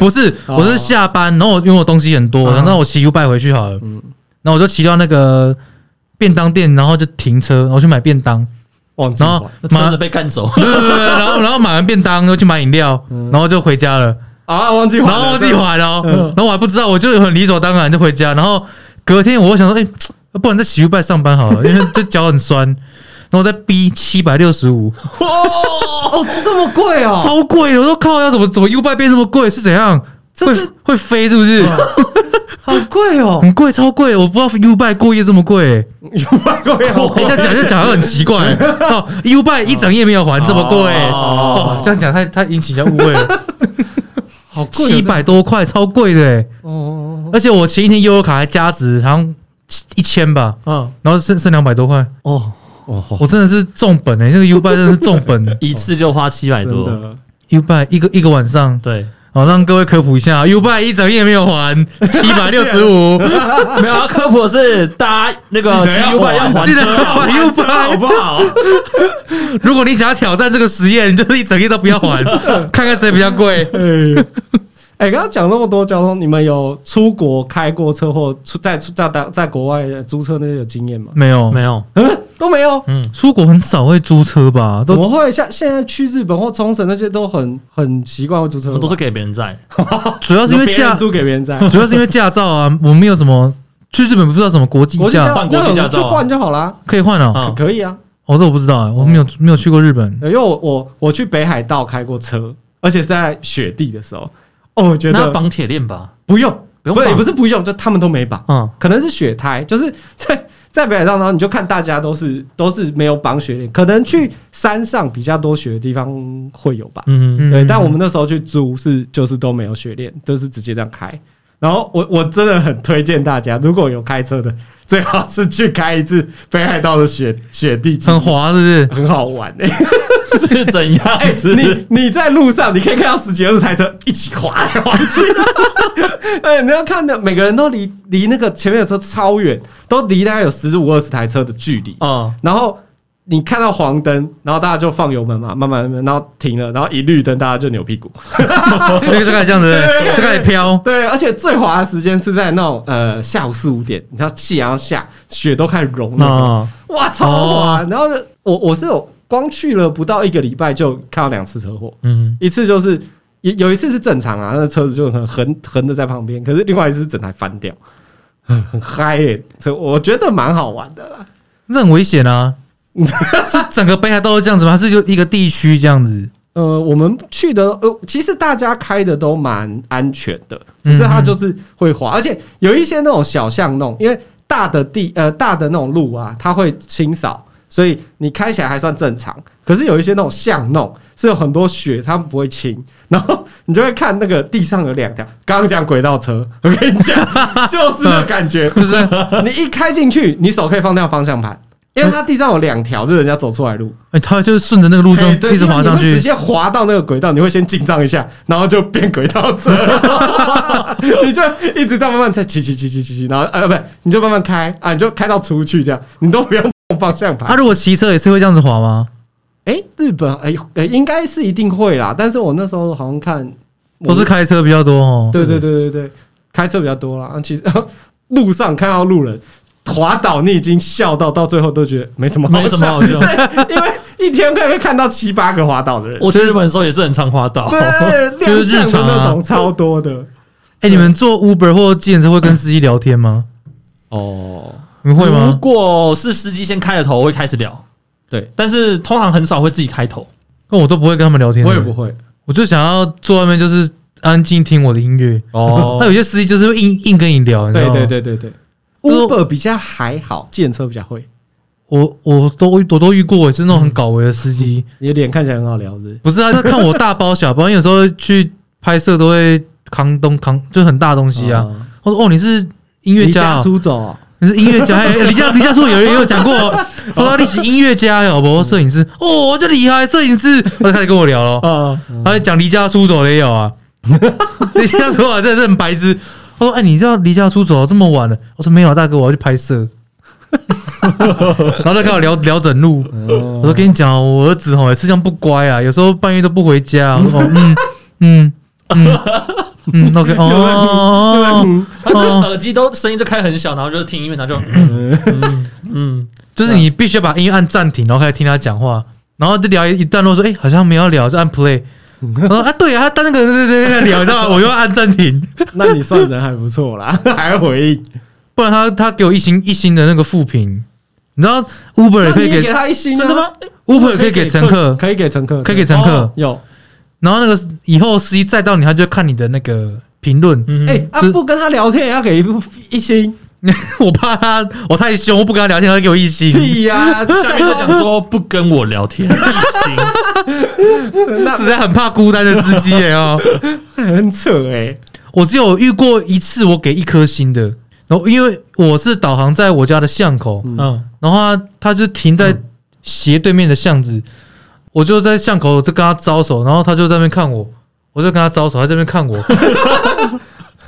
[SPEAKER 1] 不是，
[SPEAKER 2] 哦
[SPEAKER 1] 我是下班，然后我因为我东西很多，
[SPEAKER 2] 嗯
[SPEAKER 1] 然后我骑 U bike 回去好了，然后我就骑到那个便当店，然后就停车，然后去买便当，
[SPEAKER 2] 忘记
[SPEAKER 1] 然
[SPEAKER 2] 了
[SPEAKER 1] 后
[SPEAKER 3] 那车
[SPEAKER 1] 买
[SPEAKER 3] 子，被干走，
[SPEAKER 1] 对对对对，然后然后买完便当又去买饮料，然后就回家了，
[SPEAKER 2] 啊，忘记还
[SPEAKER 1] 然
[SPEAKER 2] 了
[SPEAKER 1] 后自己还了哦，
[SPEAKER 2] 嗯
[SPEAKER 1] 然后我还不知道，我就很理所当然就回家，然后隔天我又想说，哎、不然在洗浴拜上班好了，因为就脚很酸，然后我在逼七百六十五，
[SPEAKER 2] 哦，这么贵哦，
[SPEAKER 1] 超贵的，我说靠，要怎么怎么 U 拜变这么贵是怎样？
[SPEAKER 2] 这
[SPEAKER 1] 会
[SPEAKER 2] 是
[SPEAKER 1] 会飞是不是？
[SPEAKER 2] 好贵哦，
[SPEAKER 1] 很贵，超贵！我不知道 U 拜过夜这么贵、
[SPEAKER 2] 有外国 人
[SPEAKER 1] 哎、这样讲就讲得很奇 怪、哦，U 拜一整夜没有还，这么贵、
[SPEAKER 3] 哦
[SPEAKER 1] 哦这样讲太太引起人家误会 了，
[SPEAKER 2] 好贵哦，
[SPEAKER 1] 七百多块，超贵的、哎
[SPEAKER 2] 哦哦，哦
[SPEAKER 1] 而且我前一天悠游卡还加值，好像一千吧，
[SPEAKER 3] 嗯，
[SPEAKER 1] 然后剩剩两百多块，
[SPEAKER 3] 哦，
[SPEAKER 2] 哦哦，
[SPEAKER 1] 我真的是重本哎、那个 U 拜真的是重 本
[SPEAKER 3] 一次就花七百
[SPEAKER 2] 真
[SPEAKER 3] 多，
[SPEAKER 2] 的，
[SPEAKER 1] ，U 拜一个一个晚上，
[SPEAKER 3] 对，
[SPEAKER 1] 好让各位科普一下，U 拜一整夜没有还，七百六十五，
[SPEAKER 3] 没有啊，科普的是大家那个
[SPEAKER 2] 记得
[SPEAKER 3] 骑
[SPEAKER 2] 要
[SPEAKER 3] U 拜要还
[SPEAKER 1] 记得
[SPEAKER 3] 车啊，
[SPEAKER 1] 还 U 拜
[SPEAKER 3] 好。不好？
[SPEAKER 1] 如果你想要挑战这个实验，就是一整夜都不要 还，看看谁比较贵。
[SPEAKER 2] 哎。哎，刚刚讲那么多交通，你们有出国开过车或出在出在在在国外租车那些有经验吗？
[SPEAKER 1] 没有，
[SPEAKER 3] 没有，
[SPEAKER 2] 嗯，都没有。
[SPEAKER 3] 嗯，
[SPEAKER 1] 出国很少会租车吧？
[SPEAKER 2] 怎
[SPEAKER 1] 都
[SPEAKER 2] 么会像现在去日本或冲绳那些都很很习惯会租车吧，
[SPEAKER 3] 我们都是给别人载，
[SPEAKER 1] 主
[SPEAKER 3] 哦
[SPEAKER 1] 要是因为
[SPEAKER 2] 别人
[SPEAKER 1] 驾，
[SPEAKER 2] 租给别人在
[SPEAKER 1] 主要是因为驾照啊，我们没有什么去日本不知道什么国际
[SPEAKER 2] 国际驾
[SPEAKER 1] 驾
[SPEAKER 3] 换国际驾照啊
[SPEAKER 2] 那我们去换就好啦，
[SPEAKER 1] 可以换啊。
[SPEAKER 3] 嗯，
[SPEAKER 2] 可以啊。
[SPEAKER 1] 哦，这我不知道啊，我没有没有去过日本，
[SPEAKER 2] 因为我我我去北海道开过车，而且是在雪地的时候，哦，我觉
[SPEAKER 3] 那
[SPEAKER 2] 得
[SPEAKER 3] 要绑铁链吧，
[SPEAKER 2] 不用，
[SPEAKER 3] 不用
[SPEAKER 2] 不是也
[SPEAKER 3] 绑
[SPEAKER 2] 不是不用，就他们都没绑，
[SPEAKER 1] 嗯，
[SPEAKER 2] 可能是雪胎，就是在在北海道，然后你就看大家都是都是没有绑雪链，可能去山上比较多雪的地方会有吧。
[SPEAKER 3] 嗯，
[SPEAKER 1] 嗯
[SPEAKER 2] 对，但我们那时候去租是就是都没有雪链，就是直接这样开。然后我我真的很推荐大家，如果有开车的，最好是去开一次北海道的雪雪地骑，
[SPEAKER 3] 嗯
[SPEAKER 1] 很滑是不是？
[SPEAKER 2] 很好玩哎、欸
[SPEAKER 3] 是怎样子？
[SPEAKER 2] 你你在路上你可以看到十几二十台车一起滑来滑去，哎，你要看的每个人都离离那个前面的车超远，都离大概有十五二十台车的距离。
[SPEAKER 3] 嗯，
[SPEAKER 2] 然后你看到黄灯，然后大家就放油门嘛，慢慢慢慢，然后停了，然后一绿灯大家就扭屁股。
[SPEAKER 1] 那个就开始这样子，
[SPEAKER 2] 对对对
[SPEAKER 1] 就开始飘。
[SPEAKER 2] 对，而且最滑的时间是在那种呃下午四五点，你知道夕阳下雪都开始融那种，
[SPEAKER 1] 啊，
[SPEAKER 2] 哇，超滑！然后呢我我是有光去了不到一个礼拜就看到两次车祸，
[SPEAKER 3] 嗯，
[SPEAKER 2] 一次就是有有一次是正常啊，那车子就很横横的在旁边，可是另外一次是整台翻掉，很很嗨耶、所以我觉得蛮好玩的啦。
[SPEAKER 1] 那很危险 啊！是整个北海道都这样子吗？还是就一个地区这样子？
[SPEAKER 2] 呃，我们去的呃，其实大家开的都蛮安全的，只是它就是会滑，而且有一些那种小巷弄，因为大的地呃大的那种路啊，它会清扫，所以你开起来还算正常。可是有一些那种巷弄是有很多雪，它们不会清，然后你就会看那个地上有两条。刚刚讲轨道车，我跟你讲， 就是那感觉，
[SPEAKER 1] 就是
[SPEAKER 2] 你一开进去，你手可以放掉方向盘，因为它地上有两条，就是人家走出来的路。
[SPEAKER 1] 哎，他就是顺着那个路中
[SPEAKER 2] 嘿对
[SPEAKER 1] 一直滑上
[SPEAKER 2] 因为你会直
[SPEAKER 1] 去，
[SPEAKER 2] 接滑到那个轨道，你会先紧张一下，然后就变轨道车，你就一直在慢慢在骑骑骑骑骑骑，然后呃不，你就慢慢开啊，你就开到出去这样，你都不用碰方向
[SPEAKER 1] 他啊
[SPEAKER 2] 盘。
[SPEAKER 1] 如果骑车也是会这样子滑吗？
[SPEAKER 2] 哎、日本哎、呃应该是一定会啦，但是我那时候好像看
[SPEAKER 1] 都是，开车比较多哦。
[SPEAKER 2] 对对对对对，开车比较多啦。啊其实路上看到路人滑倒，你已经笑到到最后都觉得没什么好笑，
[SPEAKER 3] 没什么 好笑
[SPEAKER 2] 对，因为一天可以看到七八个滑倒的人。
[SPEAKER 3] 我去日本的时候也是很常滑倒，
[SPEAKER 2] 对，
[SPEAKER 1] 就是日
[SPEAKER 2] 亮相
[SPEAKER 1] 常
[SPEAKER 2] 的
[SPEAKER 1] 啊
[SPEAKER 2] 那种超多的。
[SPEAKER 1] 哎、你们坐 Uber 或计程车会跟司机聊天吗？
[SPEAKER 2] 哦，
[SPEAKER 1] 你们会
[SPEAKER 3] 如
[SPEAKER 1] 吗？
[SPEAKER 3] 果是司机先开了头，我会开始聊，
[SPEAKER 2] 对，
[SPEAKER 3] 但是通常很少会自己开头。
[SPEAKER 1] 那我都不会跟他们聊天，
[SPEAKER 2] 嗯我也不，会。
[SPEAKER 1] 我就想要坐外面就是安静听我的音乐。
[SPEAKER 3] 哦
[SPEAKER 1] 那、有些司机就是会硬硬跟你聊，你知道
[SPEAKER 2] 对
[SPEAKER 1] 吗
[SPEAKER 2] 哦对，对对对
[SPEAKER 1] 就是
[SPEAKER 2] ，Uber 比较还好，电车比较会。
[SPEAKER 1] 我我都我都遇过，是那种很搞维的司机，
[SPEAKER 2] 你的脸看起来很好聊，是不是？
[SPEAKER 1] 不是啊他就看我大包 小包，因为有时候去拍摄都会扛东扛，就是很大东西啊。
[SPEAKER 2] 哦，
[SPEAKER 1] 我说哦，你是音乐
[SPEAKER 2] 离
[SPEAKER 1] 家、
[SPEAKER 2] 家
[SPEAKER 1] 哦，
[SPEAKER 2] 出走哦，
[SPEAKER 1] 你是音乐家，哎李佳李佳说有人也有讲过，哦说他历史音乐家有不？摄影师哦，这厉害，摄影师，他就开始跟我聊了。
[SPEAKER 2] 啊，
[SPEAKER 1] 他讲离家出走的也有啊，离家出走真的是很白痴。他说：“哎、你知道离家出走这么晚了？”我说：“没有啊，大哥，我要去拍摄。”然后就跟我聊聊整路。我说：“
[SPEAKER 2] 我
[SPEAKER 1] 跟你讲哦，我儿子哦也是这样不乖啊，有时候半夜都不回家。”我说：“哦嗯嗯嗯嗯，OK 哦哦哦，
[SPEAKER 2] 嗯
[SPEAKER 3] 他的耳机都声音就开很小，然后就听音乐，然后就嗯，
[SPEAKER 1] 就是你必须要把音乐按暂停，然后开始听他讲话，然后就聊一段落，说：“哎、好像没有聊，就按 play。”我说：“啊，对啊，他那个那个那个聊，你知道吗？我就按暂停，
[SPEAKER 2] 那你算人还不 错啦，还回应。
[SPEAKER 1] 不然他他给我一星一星的那个负评，你知道 Uber 也可以
[SPEAKER 2] 那你也
[SPEAKER 1] 给
[SPEAKER 2] 他一星啊
[SPEAKER 3] 真的？吗？
[SPEAKER 1] Uber 也可以给乘客，
[SPEAKER 2] 可以给乘客，
[SPEAKER 1] 可以给乘客
[SPEAKER 3] 哦，
[SPEAKER 2] 有。
[SPEAKER 1] 然后那个以后司机载到你，他就看你的那个评论。
[SPEAKER 3] 嗯，
[SPEAKER 2] 哎，啊
[SPEAKER 1] 这
[SPEAKER 2] 不跟他聊天也要给一部一星，
[SPEAKER 1] 我怕他，我太凶，我不跟他聊天，他就给我一星，
[SPEAKER 2] 屁 呀！
[SPEAKER 3] 下
[SPEAKER 1] 啊
[SPEAKER 3] 面就想说不跟我聊 天，行，
[SPEAKER 2] 那
[SPEAKER 1] 实在很怕孤单的司机哎哦。
[SPEAKER 2] 很扯哎。
[SPEAKER 1] 我只有遇过一次，我给一颗星的。然后因为我是导航在我家的巷口，
[SPEAKER 3] 嗯，
[SPEAKER 1] 然后他他就停在斜对面的巷子，我就在巷口就跟他招手，然后他就在那边看我，我就跟他招手，他在那边看我，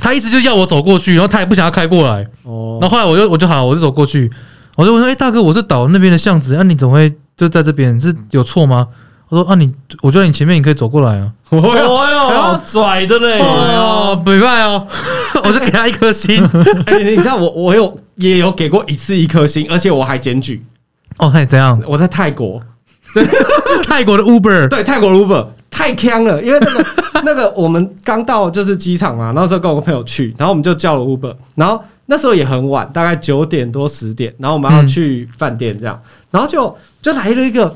[SPEAKER 1] 他一直就要我走过去，然后他也不想要开过来，
[SPEAKER 2] 哦
[SPEAKER 1] 然后后来我就我就好，我就走过去，我就问说：“哎、大哥，我是导那边的巷子，那、啊你怎么会就在这边？是有错吗？”他说：“啊你，我就在你前面，你可以走过来啊。”
[SPEAKER 3] 哦哟，拽的嘞，
[SPEAKER 1] 哦，不拜哦， 我就给他一颗星。
[SPEAKER 2] 哎，你知道我我有也有给过一次一颗星，而且我还检举。
[SPEAKER 1] 哦，那你怎样？
[SPEAKER 2] 我在泰国，
[SPEAKER 1] 泰国的 Uber
[SPEAKER 2] 对泰国 Uber 太坑了，因为那 个那个我们刚到就是机场嘛，那时候跟我朋友去，然后我们就叫了 Uber，然后那时候也很晚，大概九点多十点，然后我们要
[SPEAKER 1] 嗯
[SPEAKER 2] 去饭店这样，然后就就来了一个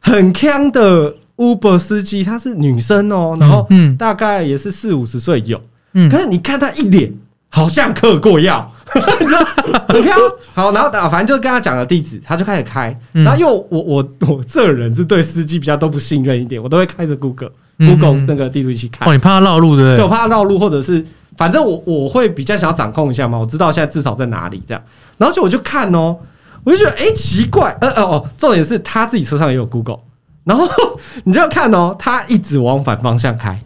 [SPEAKER 2] 很坑的 Uber 司机，她是女生哦，然后
[SPEAKER 1] 嗯嗯
[SPEAKER 2] 大概也是四五十岁有，
[SPEAKER 1] 嗯
[SPEAKER 2] 可是你看她一脸好像嗑过药。 你看，好，然后啊，反正就跟他讲了地址，他就开始开。
[SPEAKER 1] 嗯
[SPEAKER 2] 然后因为我我我这人是对司机比较都不信任一点，我都会开着 Google
[SPEAKER 1] 嗯
[SPEAKER 2] Google
[SPEAKER 1] 嗯
[SPEAKER 2] 那个地图仪器开
[SPEAKER 1] 哦，，你怕他绕路对不
[SPEAKER 2] 就我
[SPEAKER 1] 对？
[SPEAKER 2] 怕绕路或者是反正我我会比较想要掌控一下嘛，我知道现在至少在哪里这样。然后就我就看哦，我就觉得哎、诶奇怪，呃呃哦，重点是他自己车上也有 Google，然后 你就要看哦，他一直往反方向开。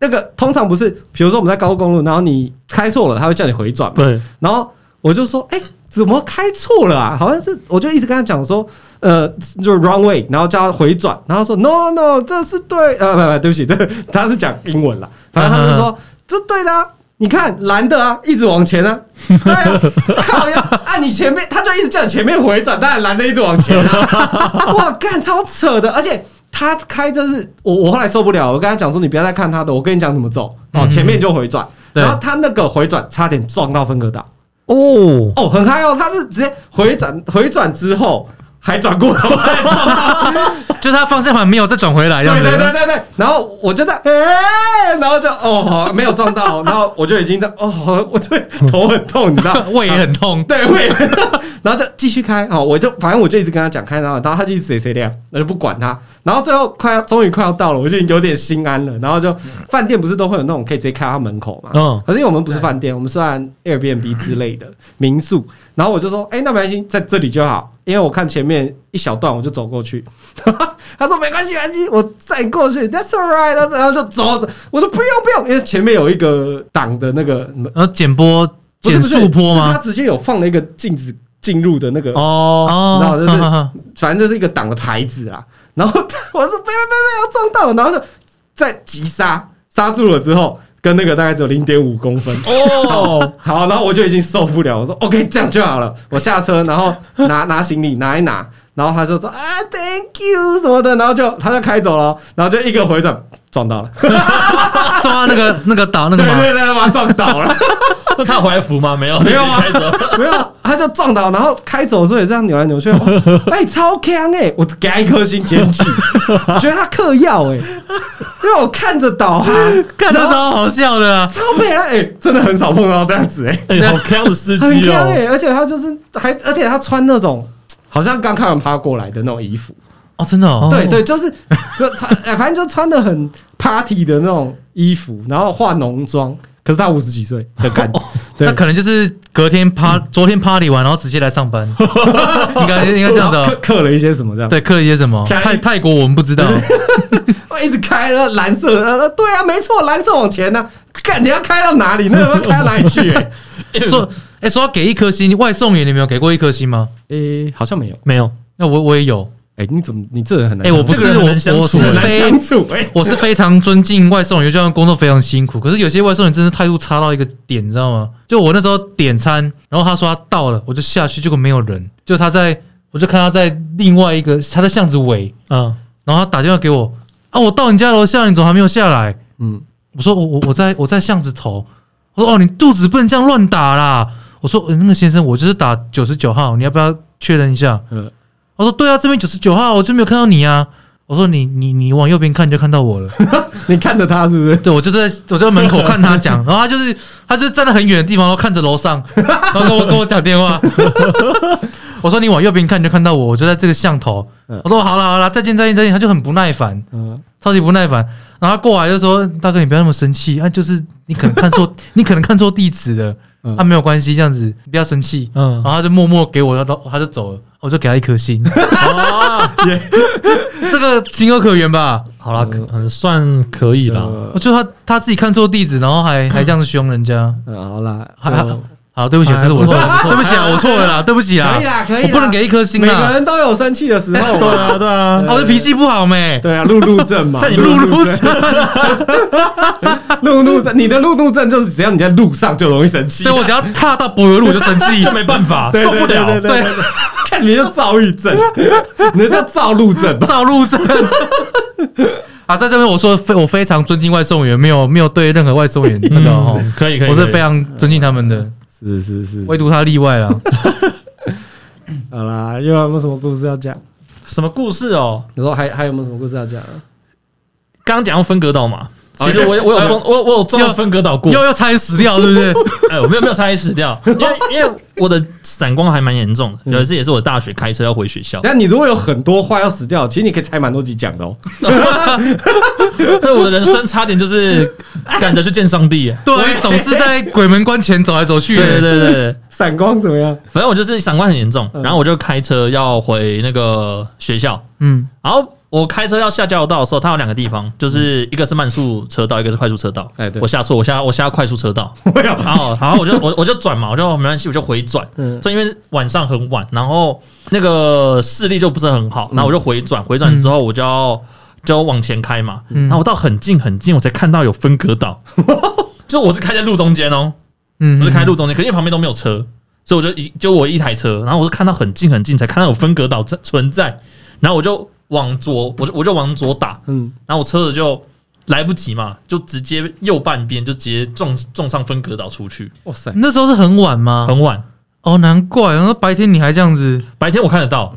[SPEAKER 2] 那个通常不是，比如说我们在高速公路，然后你开错了，他会叫你回转嘛。
[SPEAKER 3] 对，
[SPEAKER 2] 然后我就说，哎、怎么开错了啊？好像是，我就一直跟他讲说，呃，就是 wrong way，然后叫他回转，然后说 no no，这是对，呃，不不，对不起，这他是讲英文啦，反正他就说这对的、啊。你看蓝的啊，一直往前啊，对啊，靠呀！啊，你前面他就一直叫你前面回转，当然蓝的一直往前啊，哇，干超扯的！而且他开真是我，我后来受不了，我跟他讲说你不要再看他的，我跟你讲怎么走哦，前面就回转，
[SPEAKER 1] 对
[SPEAKER 2] 然后他那个回转差点撞到分隔岛，
[SPEAKER 1] 哦，
[SPEAKER 2] 哦，很嗨哦，他是直接回转回转之后还转过头再撞到，
[SPEAKER 1] 就是他方向盘没有再转回来，这样
[SPEAKER 2] 对对对
[SPEAKER 1] 子。。
[SPEAKER 2] 对对，然后我就在哎、然后就哦好没有撞到，然后我就已经在哦好我这头很痛，你知道
[SPEAKER 1] 胃也很痛，
[SPEAKER 2] 对，会， 然后就继续开，好，我就反正我就一直跟他讲开，然后然后他就一直谁谁亮，我就不管他，然后最后快要终于快要到了，我就已经有点心安了，然后就饭店不是都会有那种可以直接开到他门口嘛，
[SPEAKER 1] 嗯
[SPEAKER 2] 可是因为我们不是饭店，我们是按 Airbnb 之类的民宿，然后我就说，哎、那没关系，在这里就好，因为我看前面一小段，我就走过去。 他说没关系，没关系，我再过去，That's alright，然后就走，走我说不用不用，因为前面有一个挡的那个门
[SPEAKER 1] 然后减波
[SPEAKER 2] 不是
[SPEAKER 1] 减
[SPEAKER 2] 不是
[SPEAKER 1] 速坡
[SPEAKER 2] 是他
[SPEAKER 1] 吗？
[SPEAKER 2] 直接有放了一个禁止进入的那个，
[SPEAKER 3] 哦，
[SPEAKER 2] 然
[SPEAKER 1] 哦
[SPEAKER 2] 后，就是 反正就是一个挡的牌子啦。 然后我说不要不要不要撞到，然后就再急刹，刹住了之后，跟那个大概只有零点五公分。
[SPEAKER 3] 哦，
[SPEAKER 2] 好，然后我就已经受不了，我说 OK，这样就好了。我下车，然后拿拿行李拿一拿，然后他就说啊，Thank you 什么的，然后就他就开走了，然后就一个回转撞到了，
[SPEAKER 1] 撞到那个那个岛那
[SPEAKER 2] 对
[SPEAKER 1] 个嘛，
[SPEAKER 2] 对对，把他撞倒了。
[SPEAKER 3] 那他有回来扶吗？没 有，
[SPEAKER 2] 没 有啊
[SPEAKER 3] 开走
[SPEAKER 2] 没有，他就撞倒，然后开走的时候也这样扭来扭去，哇 哎、超强哎、我给他一颗星检举，觉得他嗑药哎，因为我看着导航，
[SPEAKER 1] 看那
[SPEAKER 2] 然
[SPEAKER 1] 时
[SPEAKER 2] 后
[SPEAKER 1] 候好笑的啊。
[SPEAKER 2] 超北啊哎、真的很少碰到这样子哎、
[SPEAKER 3] 哎，好坑的司
[SPEAKER 2] 很
[SPEAKER 3] 机
[SPEAKER 2] 强哎、
[SPEAKER 3] 哦，
[SPEAKER 2] 而且他就是还，而且他穿那种好像刚看完趴过来的那种衣服，
[SPEAKER 1] 哦，真的哦，
[SPEAKER 2] 对对，就是就穿，哎反正就穿的很 party 的那种衣服，然后化浓妆，可是他五十几岁的 感觉，对
[SPEAKER 1] 哦那可能就是隔天趴，昨天 party 完，然后直接来上 班，应该应该这样子
[SPEAKER 2] 然后刻
[SPEAKER 1] 哦。
[SPEAKER 2] 刻了一些什么这样。
[SPEAKER 1] 对，刻了一些什么？
[SPEAKER 2] 下一
[SPEAKER 1] 泰泰国我们不 知道，
[SPEAKER 2] 我一直开了蓝色的，呃对啊，没错，蓝色往前呢、看你要开到哪里？那 个要开到哪里去、欸？
[SPEAKER 1] 说哎，说要给一颗星，外送员你没有给过一颗星吗？
[SPEAKER 2] 诶、好像没有。
[SPEAKER 3] 没有，
[SPEAKER 1] 那我我也有，
[SPEAKER 2] 哎、你怎么你这人很难
[SPEAKER 1] 哎、
[SPEAKER 2] 相处？
[SPEAKER 1] 我不
[SPEAKER 3] 这个
[SPEAKER 1] 是
[SPEAKER 3] 人很
[SPEAKER 1] 我
[SPEAKER 3] 难相处欸
[SPEAKER 1] 我是
[SPEAKER 2] 很难
[SPEAKER 1] 非
[SPEAKER 2] 相 处哎、
[SPEAKER 1] 我是非常尊敬外送员，就算工作非常辛苦，可是有些外送员真的态度差到一个点，你知道吗？就我那时候点餐，然后他说他到了，我就下去，结果没有人，就他在，我就看他在另外一个他在巷子尾，
[SPEAKER 3] 嗯，
[SPEAKER 1] 然后他打电话给我，啊，我到你家楼下，你怎么还没有下来？
[SPEAKER 2] 嗯，
[SPEAKER 1] 我说我我我在我在巷子头，我说哦，你肚子不能这样乱打啦。我说、呃那个先生，我就是打九十九号，你要不要确认一下？
[SPEAKER 2] 呃
[SPEAKER 1] 我说对啊，这边九十九号，我就没有看到你啊。我说你你你往右边看，你就看到我 了。
[SPEAKER 2] 你看着他是不是？
[SPEAKER 1] 对，我就在我就在门口看他讲， 然后他就是他就站在很远的地方，然后看着楼上，然后跟我跟我讲电 话。我说你往右边看，你就看到我，我就在这个巷头。
[SPEAKER 2] 嗯
[SPEAKER 1] 我说好了好了，再见再见再见，他就很不耐烦，
[SPEAKER 2] 嗯，
[SPEAKER 1] 超级不耐烦。然后他过来就说：“大哥，你不要那么生气啊，就是你可能看错， 你可能看错地址了，
[SPEAKER 2] 嗯
[SPEAKER 1] 啊没有关系，这样子你不要生气。”嗯，
[SPEAKER 3] 嗯
[SPEAKER 1] 然后他就默默给我，然后他就走了，我就给他一颗星，
[SPEAKER 3] 啊，
[SPEAKER 1] 这个情有可原吧？
[SPEAKER 3] 好啦，很算可以啦。
[SPEAKER 2] 呃
[SPEAKER 1] 我觉得他他自己看错地址，然后还还这样子凶人家。
[SPEAKER 2] 呃好啦，
[SPEAKER 1] 还
[SPEAKER 2] 就
[SPEAKER 1] 好，对不起，
[SPEAKER 3] 哎
[SPEAKER 1] 这是我
[SPEAKER 3] 不
[SPEAKER 1] 错
[SPEAKER 3] 错
[SPEAKER 1] 了，对不起啊，我错了啦，对不起啊
[SPEAKER 2] 可以，啦，可以啦，
[SPEAKER 1] 我不能给一颗星啊
[SPEAKER 2] 每 个
[SPEAKER 1] 啦，
[SPEAKER 2] 人都有生气的时 候，
[SPEAKER 3] 对啊，，对啊，
[SPEAKER 1] 我的哦脾气不好没，
[SPEAKER 2] 对啊，路怒症嘛，
[SPEAKER 3] 但你
[SPEAKER 2] 路
[SPEAKER 3] 路
[SPEAKER 2] 怒症， 路怒症，你的路怒症就是只要你在路上就容易生气，
[SPEAKER 1] 对我只要踏到柏油路我就生气
[SPEAKER 3] 就，没 办法，
[SPEAKER 2] 对
[SPEAKER 3] 受不了。
[SPEAKER 2] 对，看你就躁郁症， 你这叫躁路症吧？
[SPEAKER 1] 造路症。 啊，在这边我说非我非常尊敬外送员，没有没有对任何外送员那个哦，
[SPEAKER 3] 嗯，可以可以，
[SPEAKER 1] 我是
[SPEAKER 3] 可以
[SPEAKER 1] 非常尊敬他们的，
[SPEAKER 2] 是是是，
[SPEAKER 1] 唯独他例外啦。
[SPEAKER 2] 好啦，又有没有什么故事要讲？
[SPEAKER 3] 什么故事哦？
[SPEAKER 2] 你说还还有没有什么故事要讲啊？
[SPEAKER 3] 刚刚讲到分割岛嘛，
[SPEAKER 1] 哦
[SPEAKER 3] 其实我有我有装我有我有装到分割岛过，
[SPEAKER 1] 呃又要猜死掉是不是？
[SPEAKER 3] 哎，我没有没有差点死 掉，因为因为我的散光还蛮严重
[SPEAKER 1] 嗯
[SPEAKER 3] 的。有一次也是我大学开车要回学 校，
[SPEAKER 2] 但你如果有很多话要死掉，其实你可以拆蛮多集讲 的哦。
[SPEAKER 3] 对我的人生差点就是赶着去见上帝。哎
[SPEAKER 1] 对啊，你总是在鬼门关前走来走去。
[SPEAKER 3] 对对对对对，
[SPEAKER 2] 闪光怎么样？
[SPEAKER 3] 反正我就是散光很严重，
[SPEAKER 2] 嗯
[SPEAKER 3] 然后我就开车要回那个学校，
[SPEAKER 1] 嗯，
[SPEAKER 3] 然后我开车要下交流道的时候，它有两个地方，就是一个是慢速车道，一个是快速车道。
[SPEAKER 2] 哎对
[SPEAKER 3] 我下错，我下我下快速车 道，
[SPEAKER 2] 我有，
[SPEAKER 3] 然后然后我就我我就转嘛，我就没关系，我就回转。
[SPEAKER 2] 嗯
[SPEAKER 3] 所以因为晚上很晚，然后那个视力就不是很好，
[SPEAKER 2] 嗯
[SPEAKER 3] 然后我就回转，回转之后我就要就要往前开嘛，
[SPEAKER 2] 嗯
[SPEAKER 3] 然后我到很近很近，我才看到有分 隔岛，就我是开在路中间哦，
[SPEAKER 1] 嗯，
[SPEAKER 3] 我是开路中间，可是因为旁边都没有车，所以我就一就我一台车，然后我是看到很近很近才看到有分隔岛在存在，然后我就往左，我就我就往左打，
[SPEAKER 2] 嗯，
[SPEAKER 3] 然后我车子就来不及嘛，就直接右半边就直接撞撞上分隔岛出去，
[SPEAKER 2] 哇塞，
[SPEAKER 1] 那时候是很晚吗？
[SPEAKER 3] 很晚，
[SPEAKER 1] 哦，难怪，然后白天你还这样子，
[SPEAKER 3] 白天我看得到，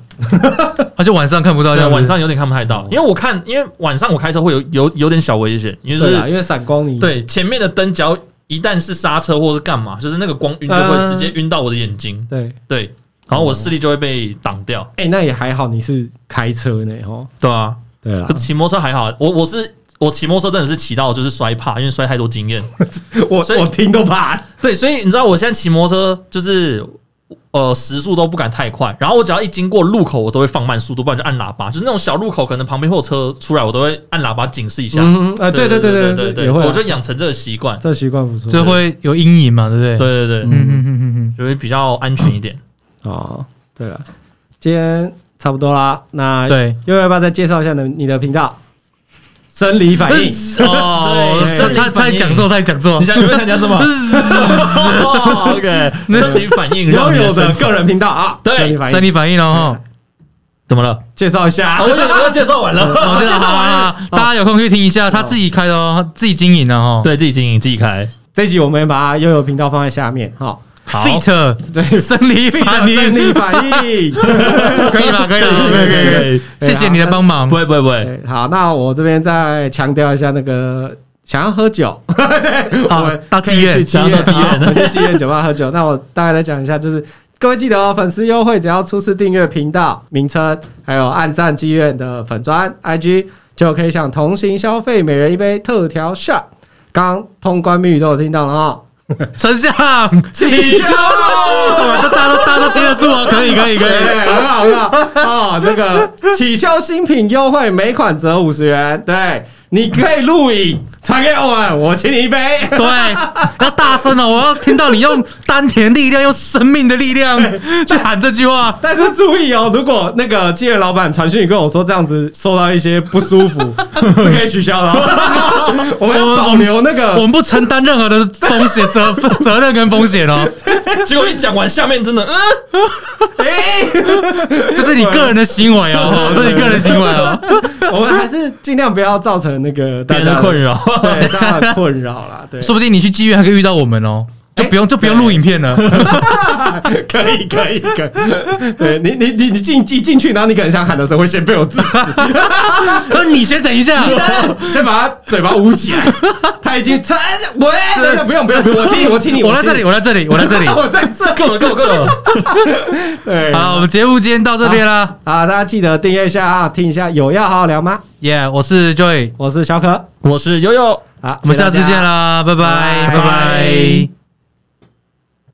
[SPEAKER 1] 而且晚上看不到，这
[SPEAKER 3] 哦对，啊哦
[SPEAKER 1] 样子
[SPEAKER 3] 晚上有点看不太到，因为我看，因为晚上我开车会有有有点小危险，因为
[SPEAKER 2] 对啦，
[SPEAKER 3] 是
[SPEAKER 2] 因为闪光你，
[SPEAKER 3] 对前面的灯只要一旦是刹车或是干嘛，就是那个光晕就会直接晕到我的眼睛，
[SPEAKER 2] 对，
[SPEAKER 3] 对，然后我视力就会被挡掉，
[SPEAKER 2] 哎，那也还好，你是开车呢，哦，
[SPEAKER 3] 对啊，
[SPEAKER 2] 对啦
[SPEAKER 3] 可，骑摩托车还好，我我是我骑摩托车真的是骑到就是摔怕，因为摔太多经验，
[SPEAKER 2] 我
[SPEAKER 3] 所以
[SPEAKER 2] 我听都怕，
[SPEAKER 3] 对，所以你知道我现在骑摩托车就是呃时速都不敢太快，然后我只要一经过路口，我都会放慢速度，不然就按喇叭。就是那种小路口，可能旁边会有车出来，我都会按喇叭警示一下。
[SPEAKER 2] 嗯，啊，对对对
[SPEAKER 3] 对
[SPEAKER 2] 对
[SPEAKER 3] 对，
[SPEAKER 2] 也会啊，
[SPEAKER 3] 我就养成这个习惯。
[SPEAKER 2] 这习惯不错，
[SPEAKER 1] 就会有阴影嘛，对不对？
[SPEAKER 3] 对，对对，
[SPEAKER 1] 嗯嗯嗯嗯嗯，
[SPEAKER 3] 就会比较安全一点。
[SPEAKER 2] 哦，对了，今天差不多啦，那
[SPEAKER 1] 对，
[SPEAKER 2] 又要不要再介绍一下你的你的频道？ 生理反应，
[SPEAKER 1] 哦，
[SPEAKER 3] 对
[SPEAKER 1] 他他他讲座，他讲座
[SPEAKER 3] 你，想你会参加什么哦？OK，生理反应让
[SPEAKER 2] 拥
[SPEAKER 3] 你
[SPEAKER 2] 有
[SPEAKER 3] 身
[SPEAKER 2] 的
[SPEAKER 3] 体
[SPEAKER 2] 个人频道啊，
[SPEAKER 3] 对
[SPEAKER 2] 生理哦反
[SPEAKER 1] 生
[SPEAKER 2] 应
[SPEAKER 1] 理反应哦。
[SPEAKER 3] 怎么了？
[SPEAKER 2] 介绍一下
[SPEAKER 3] 好，我，我要介绍完了，
[SPEAKER 1] 哦，
[SPEAKER 3] 我
[SPEAKER 1] 这
[SPEAKER 3] 介
[SPEAKER 1] 个
[SPEAKER 3] 绍
[SPEAKER 1] 好
[SPEAKER 3] 完了。
[SPEAKER 1] 啊，大家有空去听一下，他自己开的哦，他自己经营的哦。
[SPEAKER 3] 对自己经营自己开，
[SPEAKER 2] 这一集我们把悠悠频道放在下面哈，
[SPEAKER 3] 好
[SPEAKER 1] ，fit 生理反
[SPEAKER 2] 生
[SPEAKER 1] 应，
[SPEAKER 2] 理反应。
[SPEAKER 1] 可以吧？可以吧，可以，可以，可以。谢谢你的帮忙
[SPEAKER 3] 不。会不会不会，
[SPEAKER 2] 对，好，那我这边再强调一下，那个想要喝酒， 对，
[SPEAKER 1] 好
[SPEAKER 2] 我们
[SPEAKER 1] 到
[SPEAKER 2] 可以
[SPEAKER 1] 妓院
[SPEAKER 2] 去妓
[SPEAKER 3] 想要
[SPEAKER 2] 院，
[SPEAKER 3] 到妓院
[SPEAKER 2] 好我们去妓院酒吧喝酒。那我大概再讲一下，就是各位记得哦，粉丝优惠只要出示订阅频道名称，还有按赞妓院的粉砖 IG，就可以享同行消费每人一杯特调 shot。刚通关密语都有听到了哦，
[SPEAKER 1] 丞相，
[SPEAKER 2] 起床
[SPEAKER 1] 哇这大家都大家都接得住哦，可以，可以，可以。
[SPEAKER 2] 对，很好很好哦。那个起销新品优惠，每款折五十元。对，你可以录影传给我们，我请你一杯。
[SPEAKER 1] 对，要大大声哦，我要听到你用丹田力量，用生命的力 量去喊这句话。
[SPEAKER 2] 但是注意哦，如果那个妓院老板传讯跟我说这样子受到一些不舒服，是可以取消的哦。我们要保留那
[SPEAKER 1] 我
[SPEAKER 2] 个
[SPEAKER 1] 们不承担任何的风险责责任跟风险 哦，
[SPEAKER 3] 结果一讲完，下面真的，嗯，
[SPEAKER 1] 这是你个人的行为哦，这是你个人行为哦。
[SPEAKER 2] 我们还是尽量不要造成那个大
[SPEAKER 3] 别
[SPEAKER 2] 家
[SPEAKER 3] 人的困，扰。
[SPEAKER 2] 对大家的困扰哎啦。对，
[SPEAKER 1] 说不定你去妓院还可以遇到我们哦，就不用就不用录影片了。
[SPEAKER 2] 可以，可以，可以。对你，你，你，你进一进去，然后你可能想喊的时候，会先被我制止，
[SPEAKER 1] 那你先等一下，
[SPEAKER 2] 先把他嘴巴捂 起来。他已经撑，喂，等等不用，不用，不用我 亲你，我亲你，
[SPEAKER 1] 我在这里，我在这里，我在这里。
[SPEAKER 2] 我在这里。
[SPEAKER 3] 够了，够了，够了！
[SPEAKER 2] 对，
[SPEAKER 1] 好了，我们节目今天到这边啦。
[SPEAKER 2] 啊，大家记得订阅一下啊，听一下有要好好聊吗？
[SPEAKER 1] 耶、我是 Joy，
[SPEAKER 2] 我是小可，
[SPEAKER 3] 我是悠悠。
[SPEAKER 2] 好，
[SPEAKER 1] 我们
[SPEAKER 2] 谢
[SPEAKER 1] 下
[SPEAKER 2] 谢大
[SPEAKER 1] 次
[SPEAKER 2] 家
[SPEAKER 1] 见啦，拜拜，
[SPEAKER 2] 拜
[SPEAKER 1] 拜拜。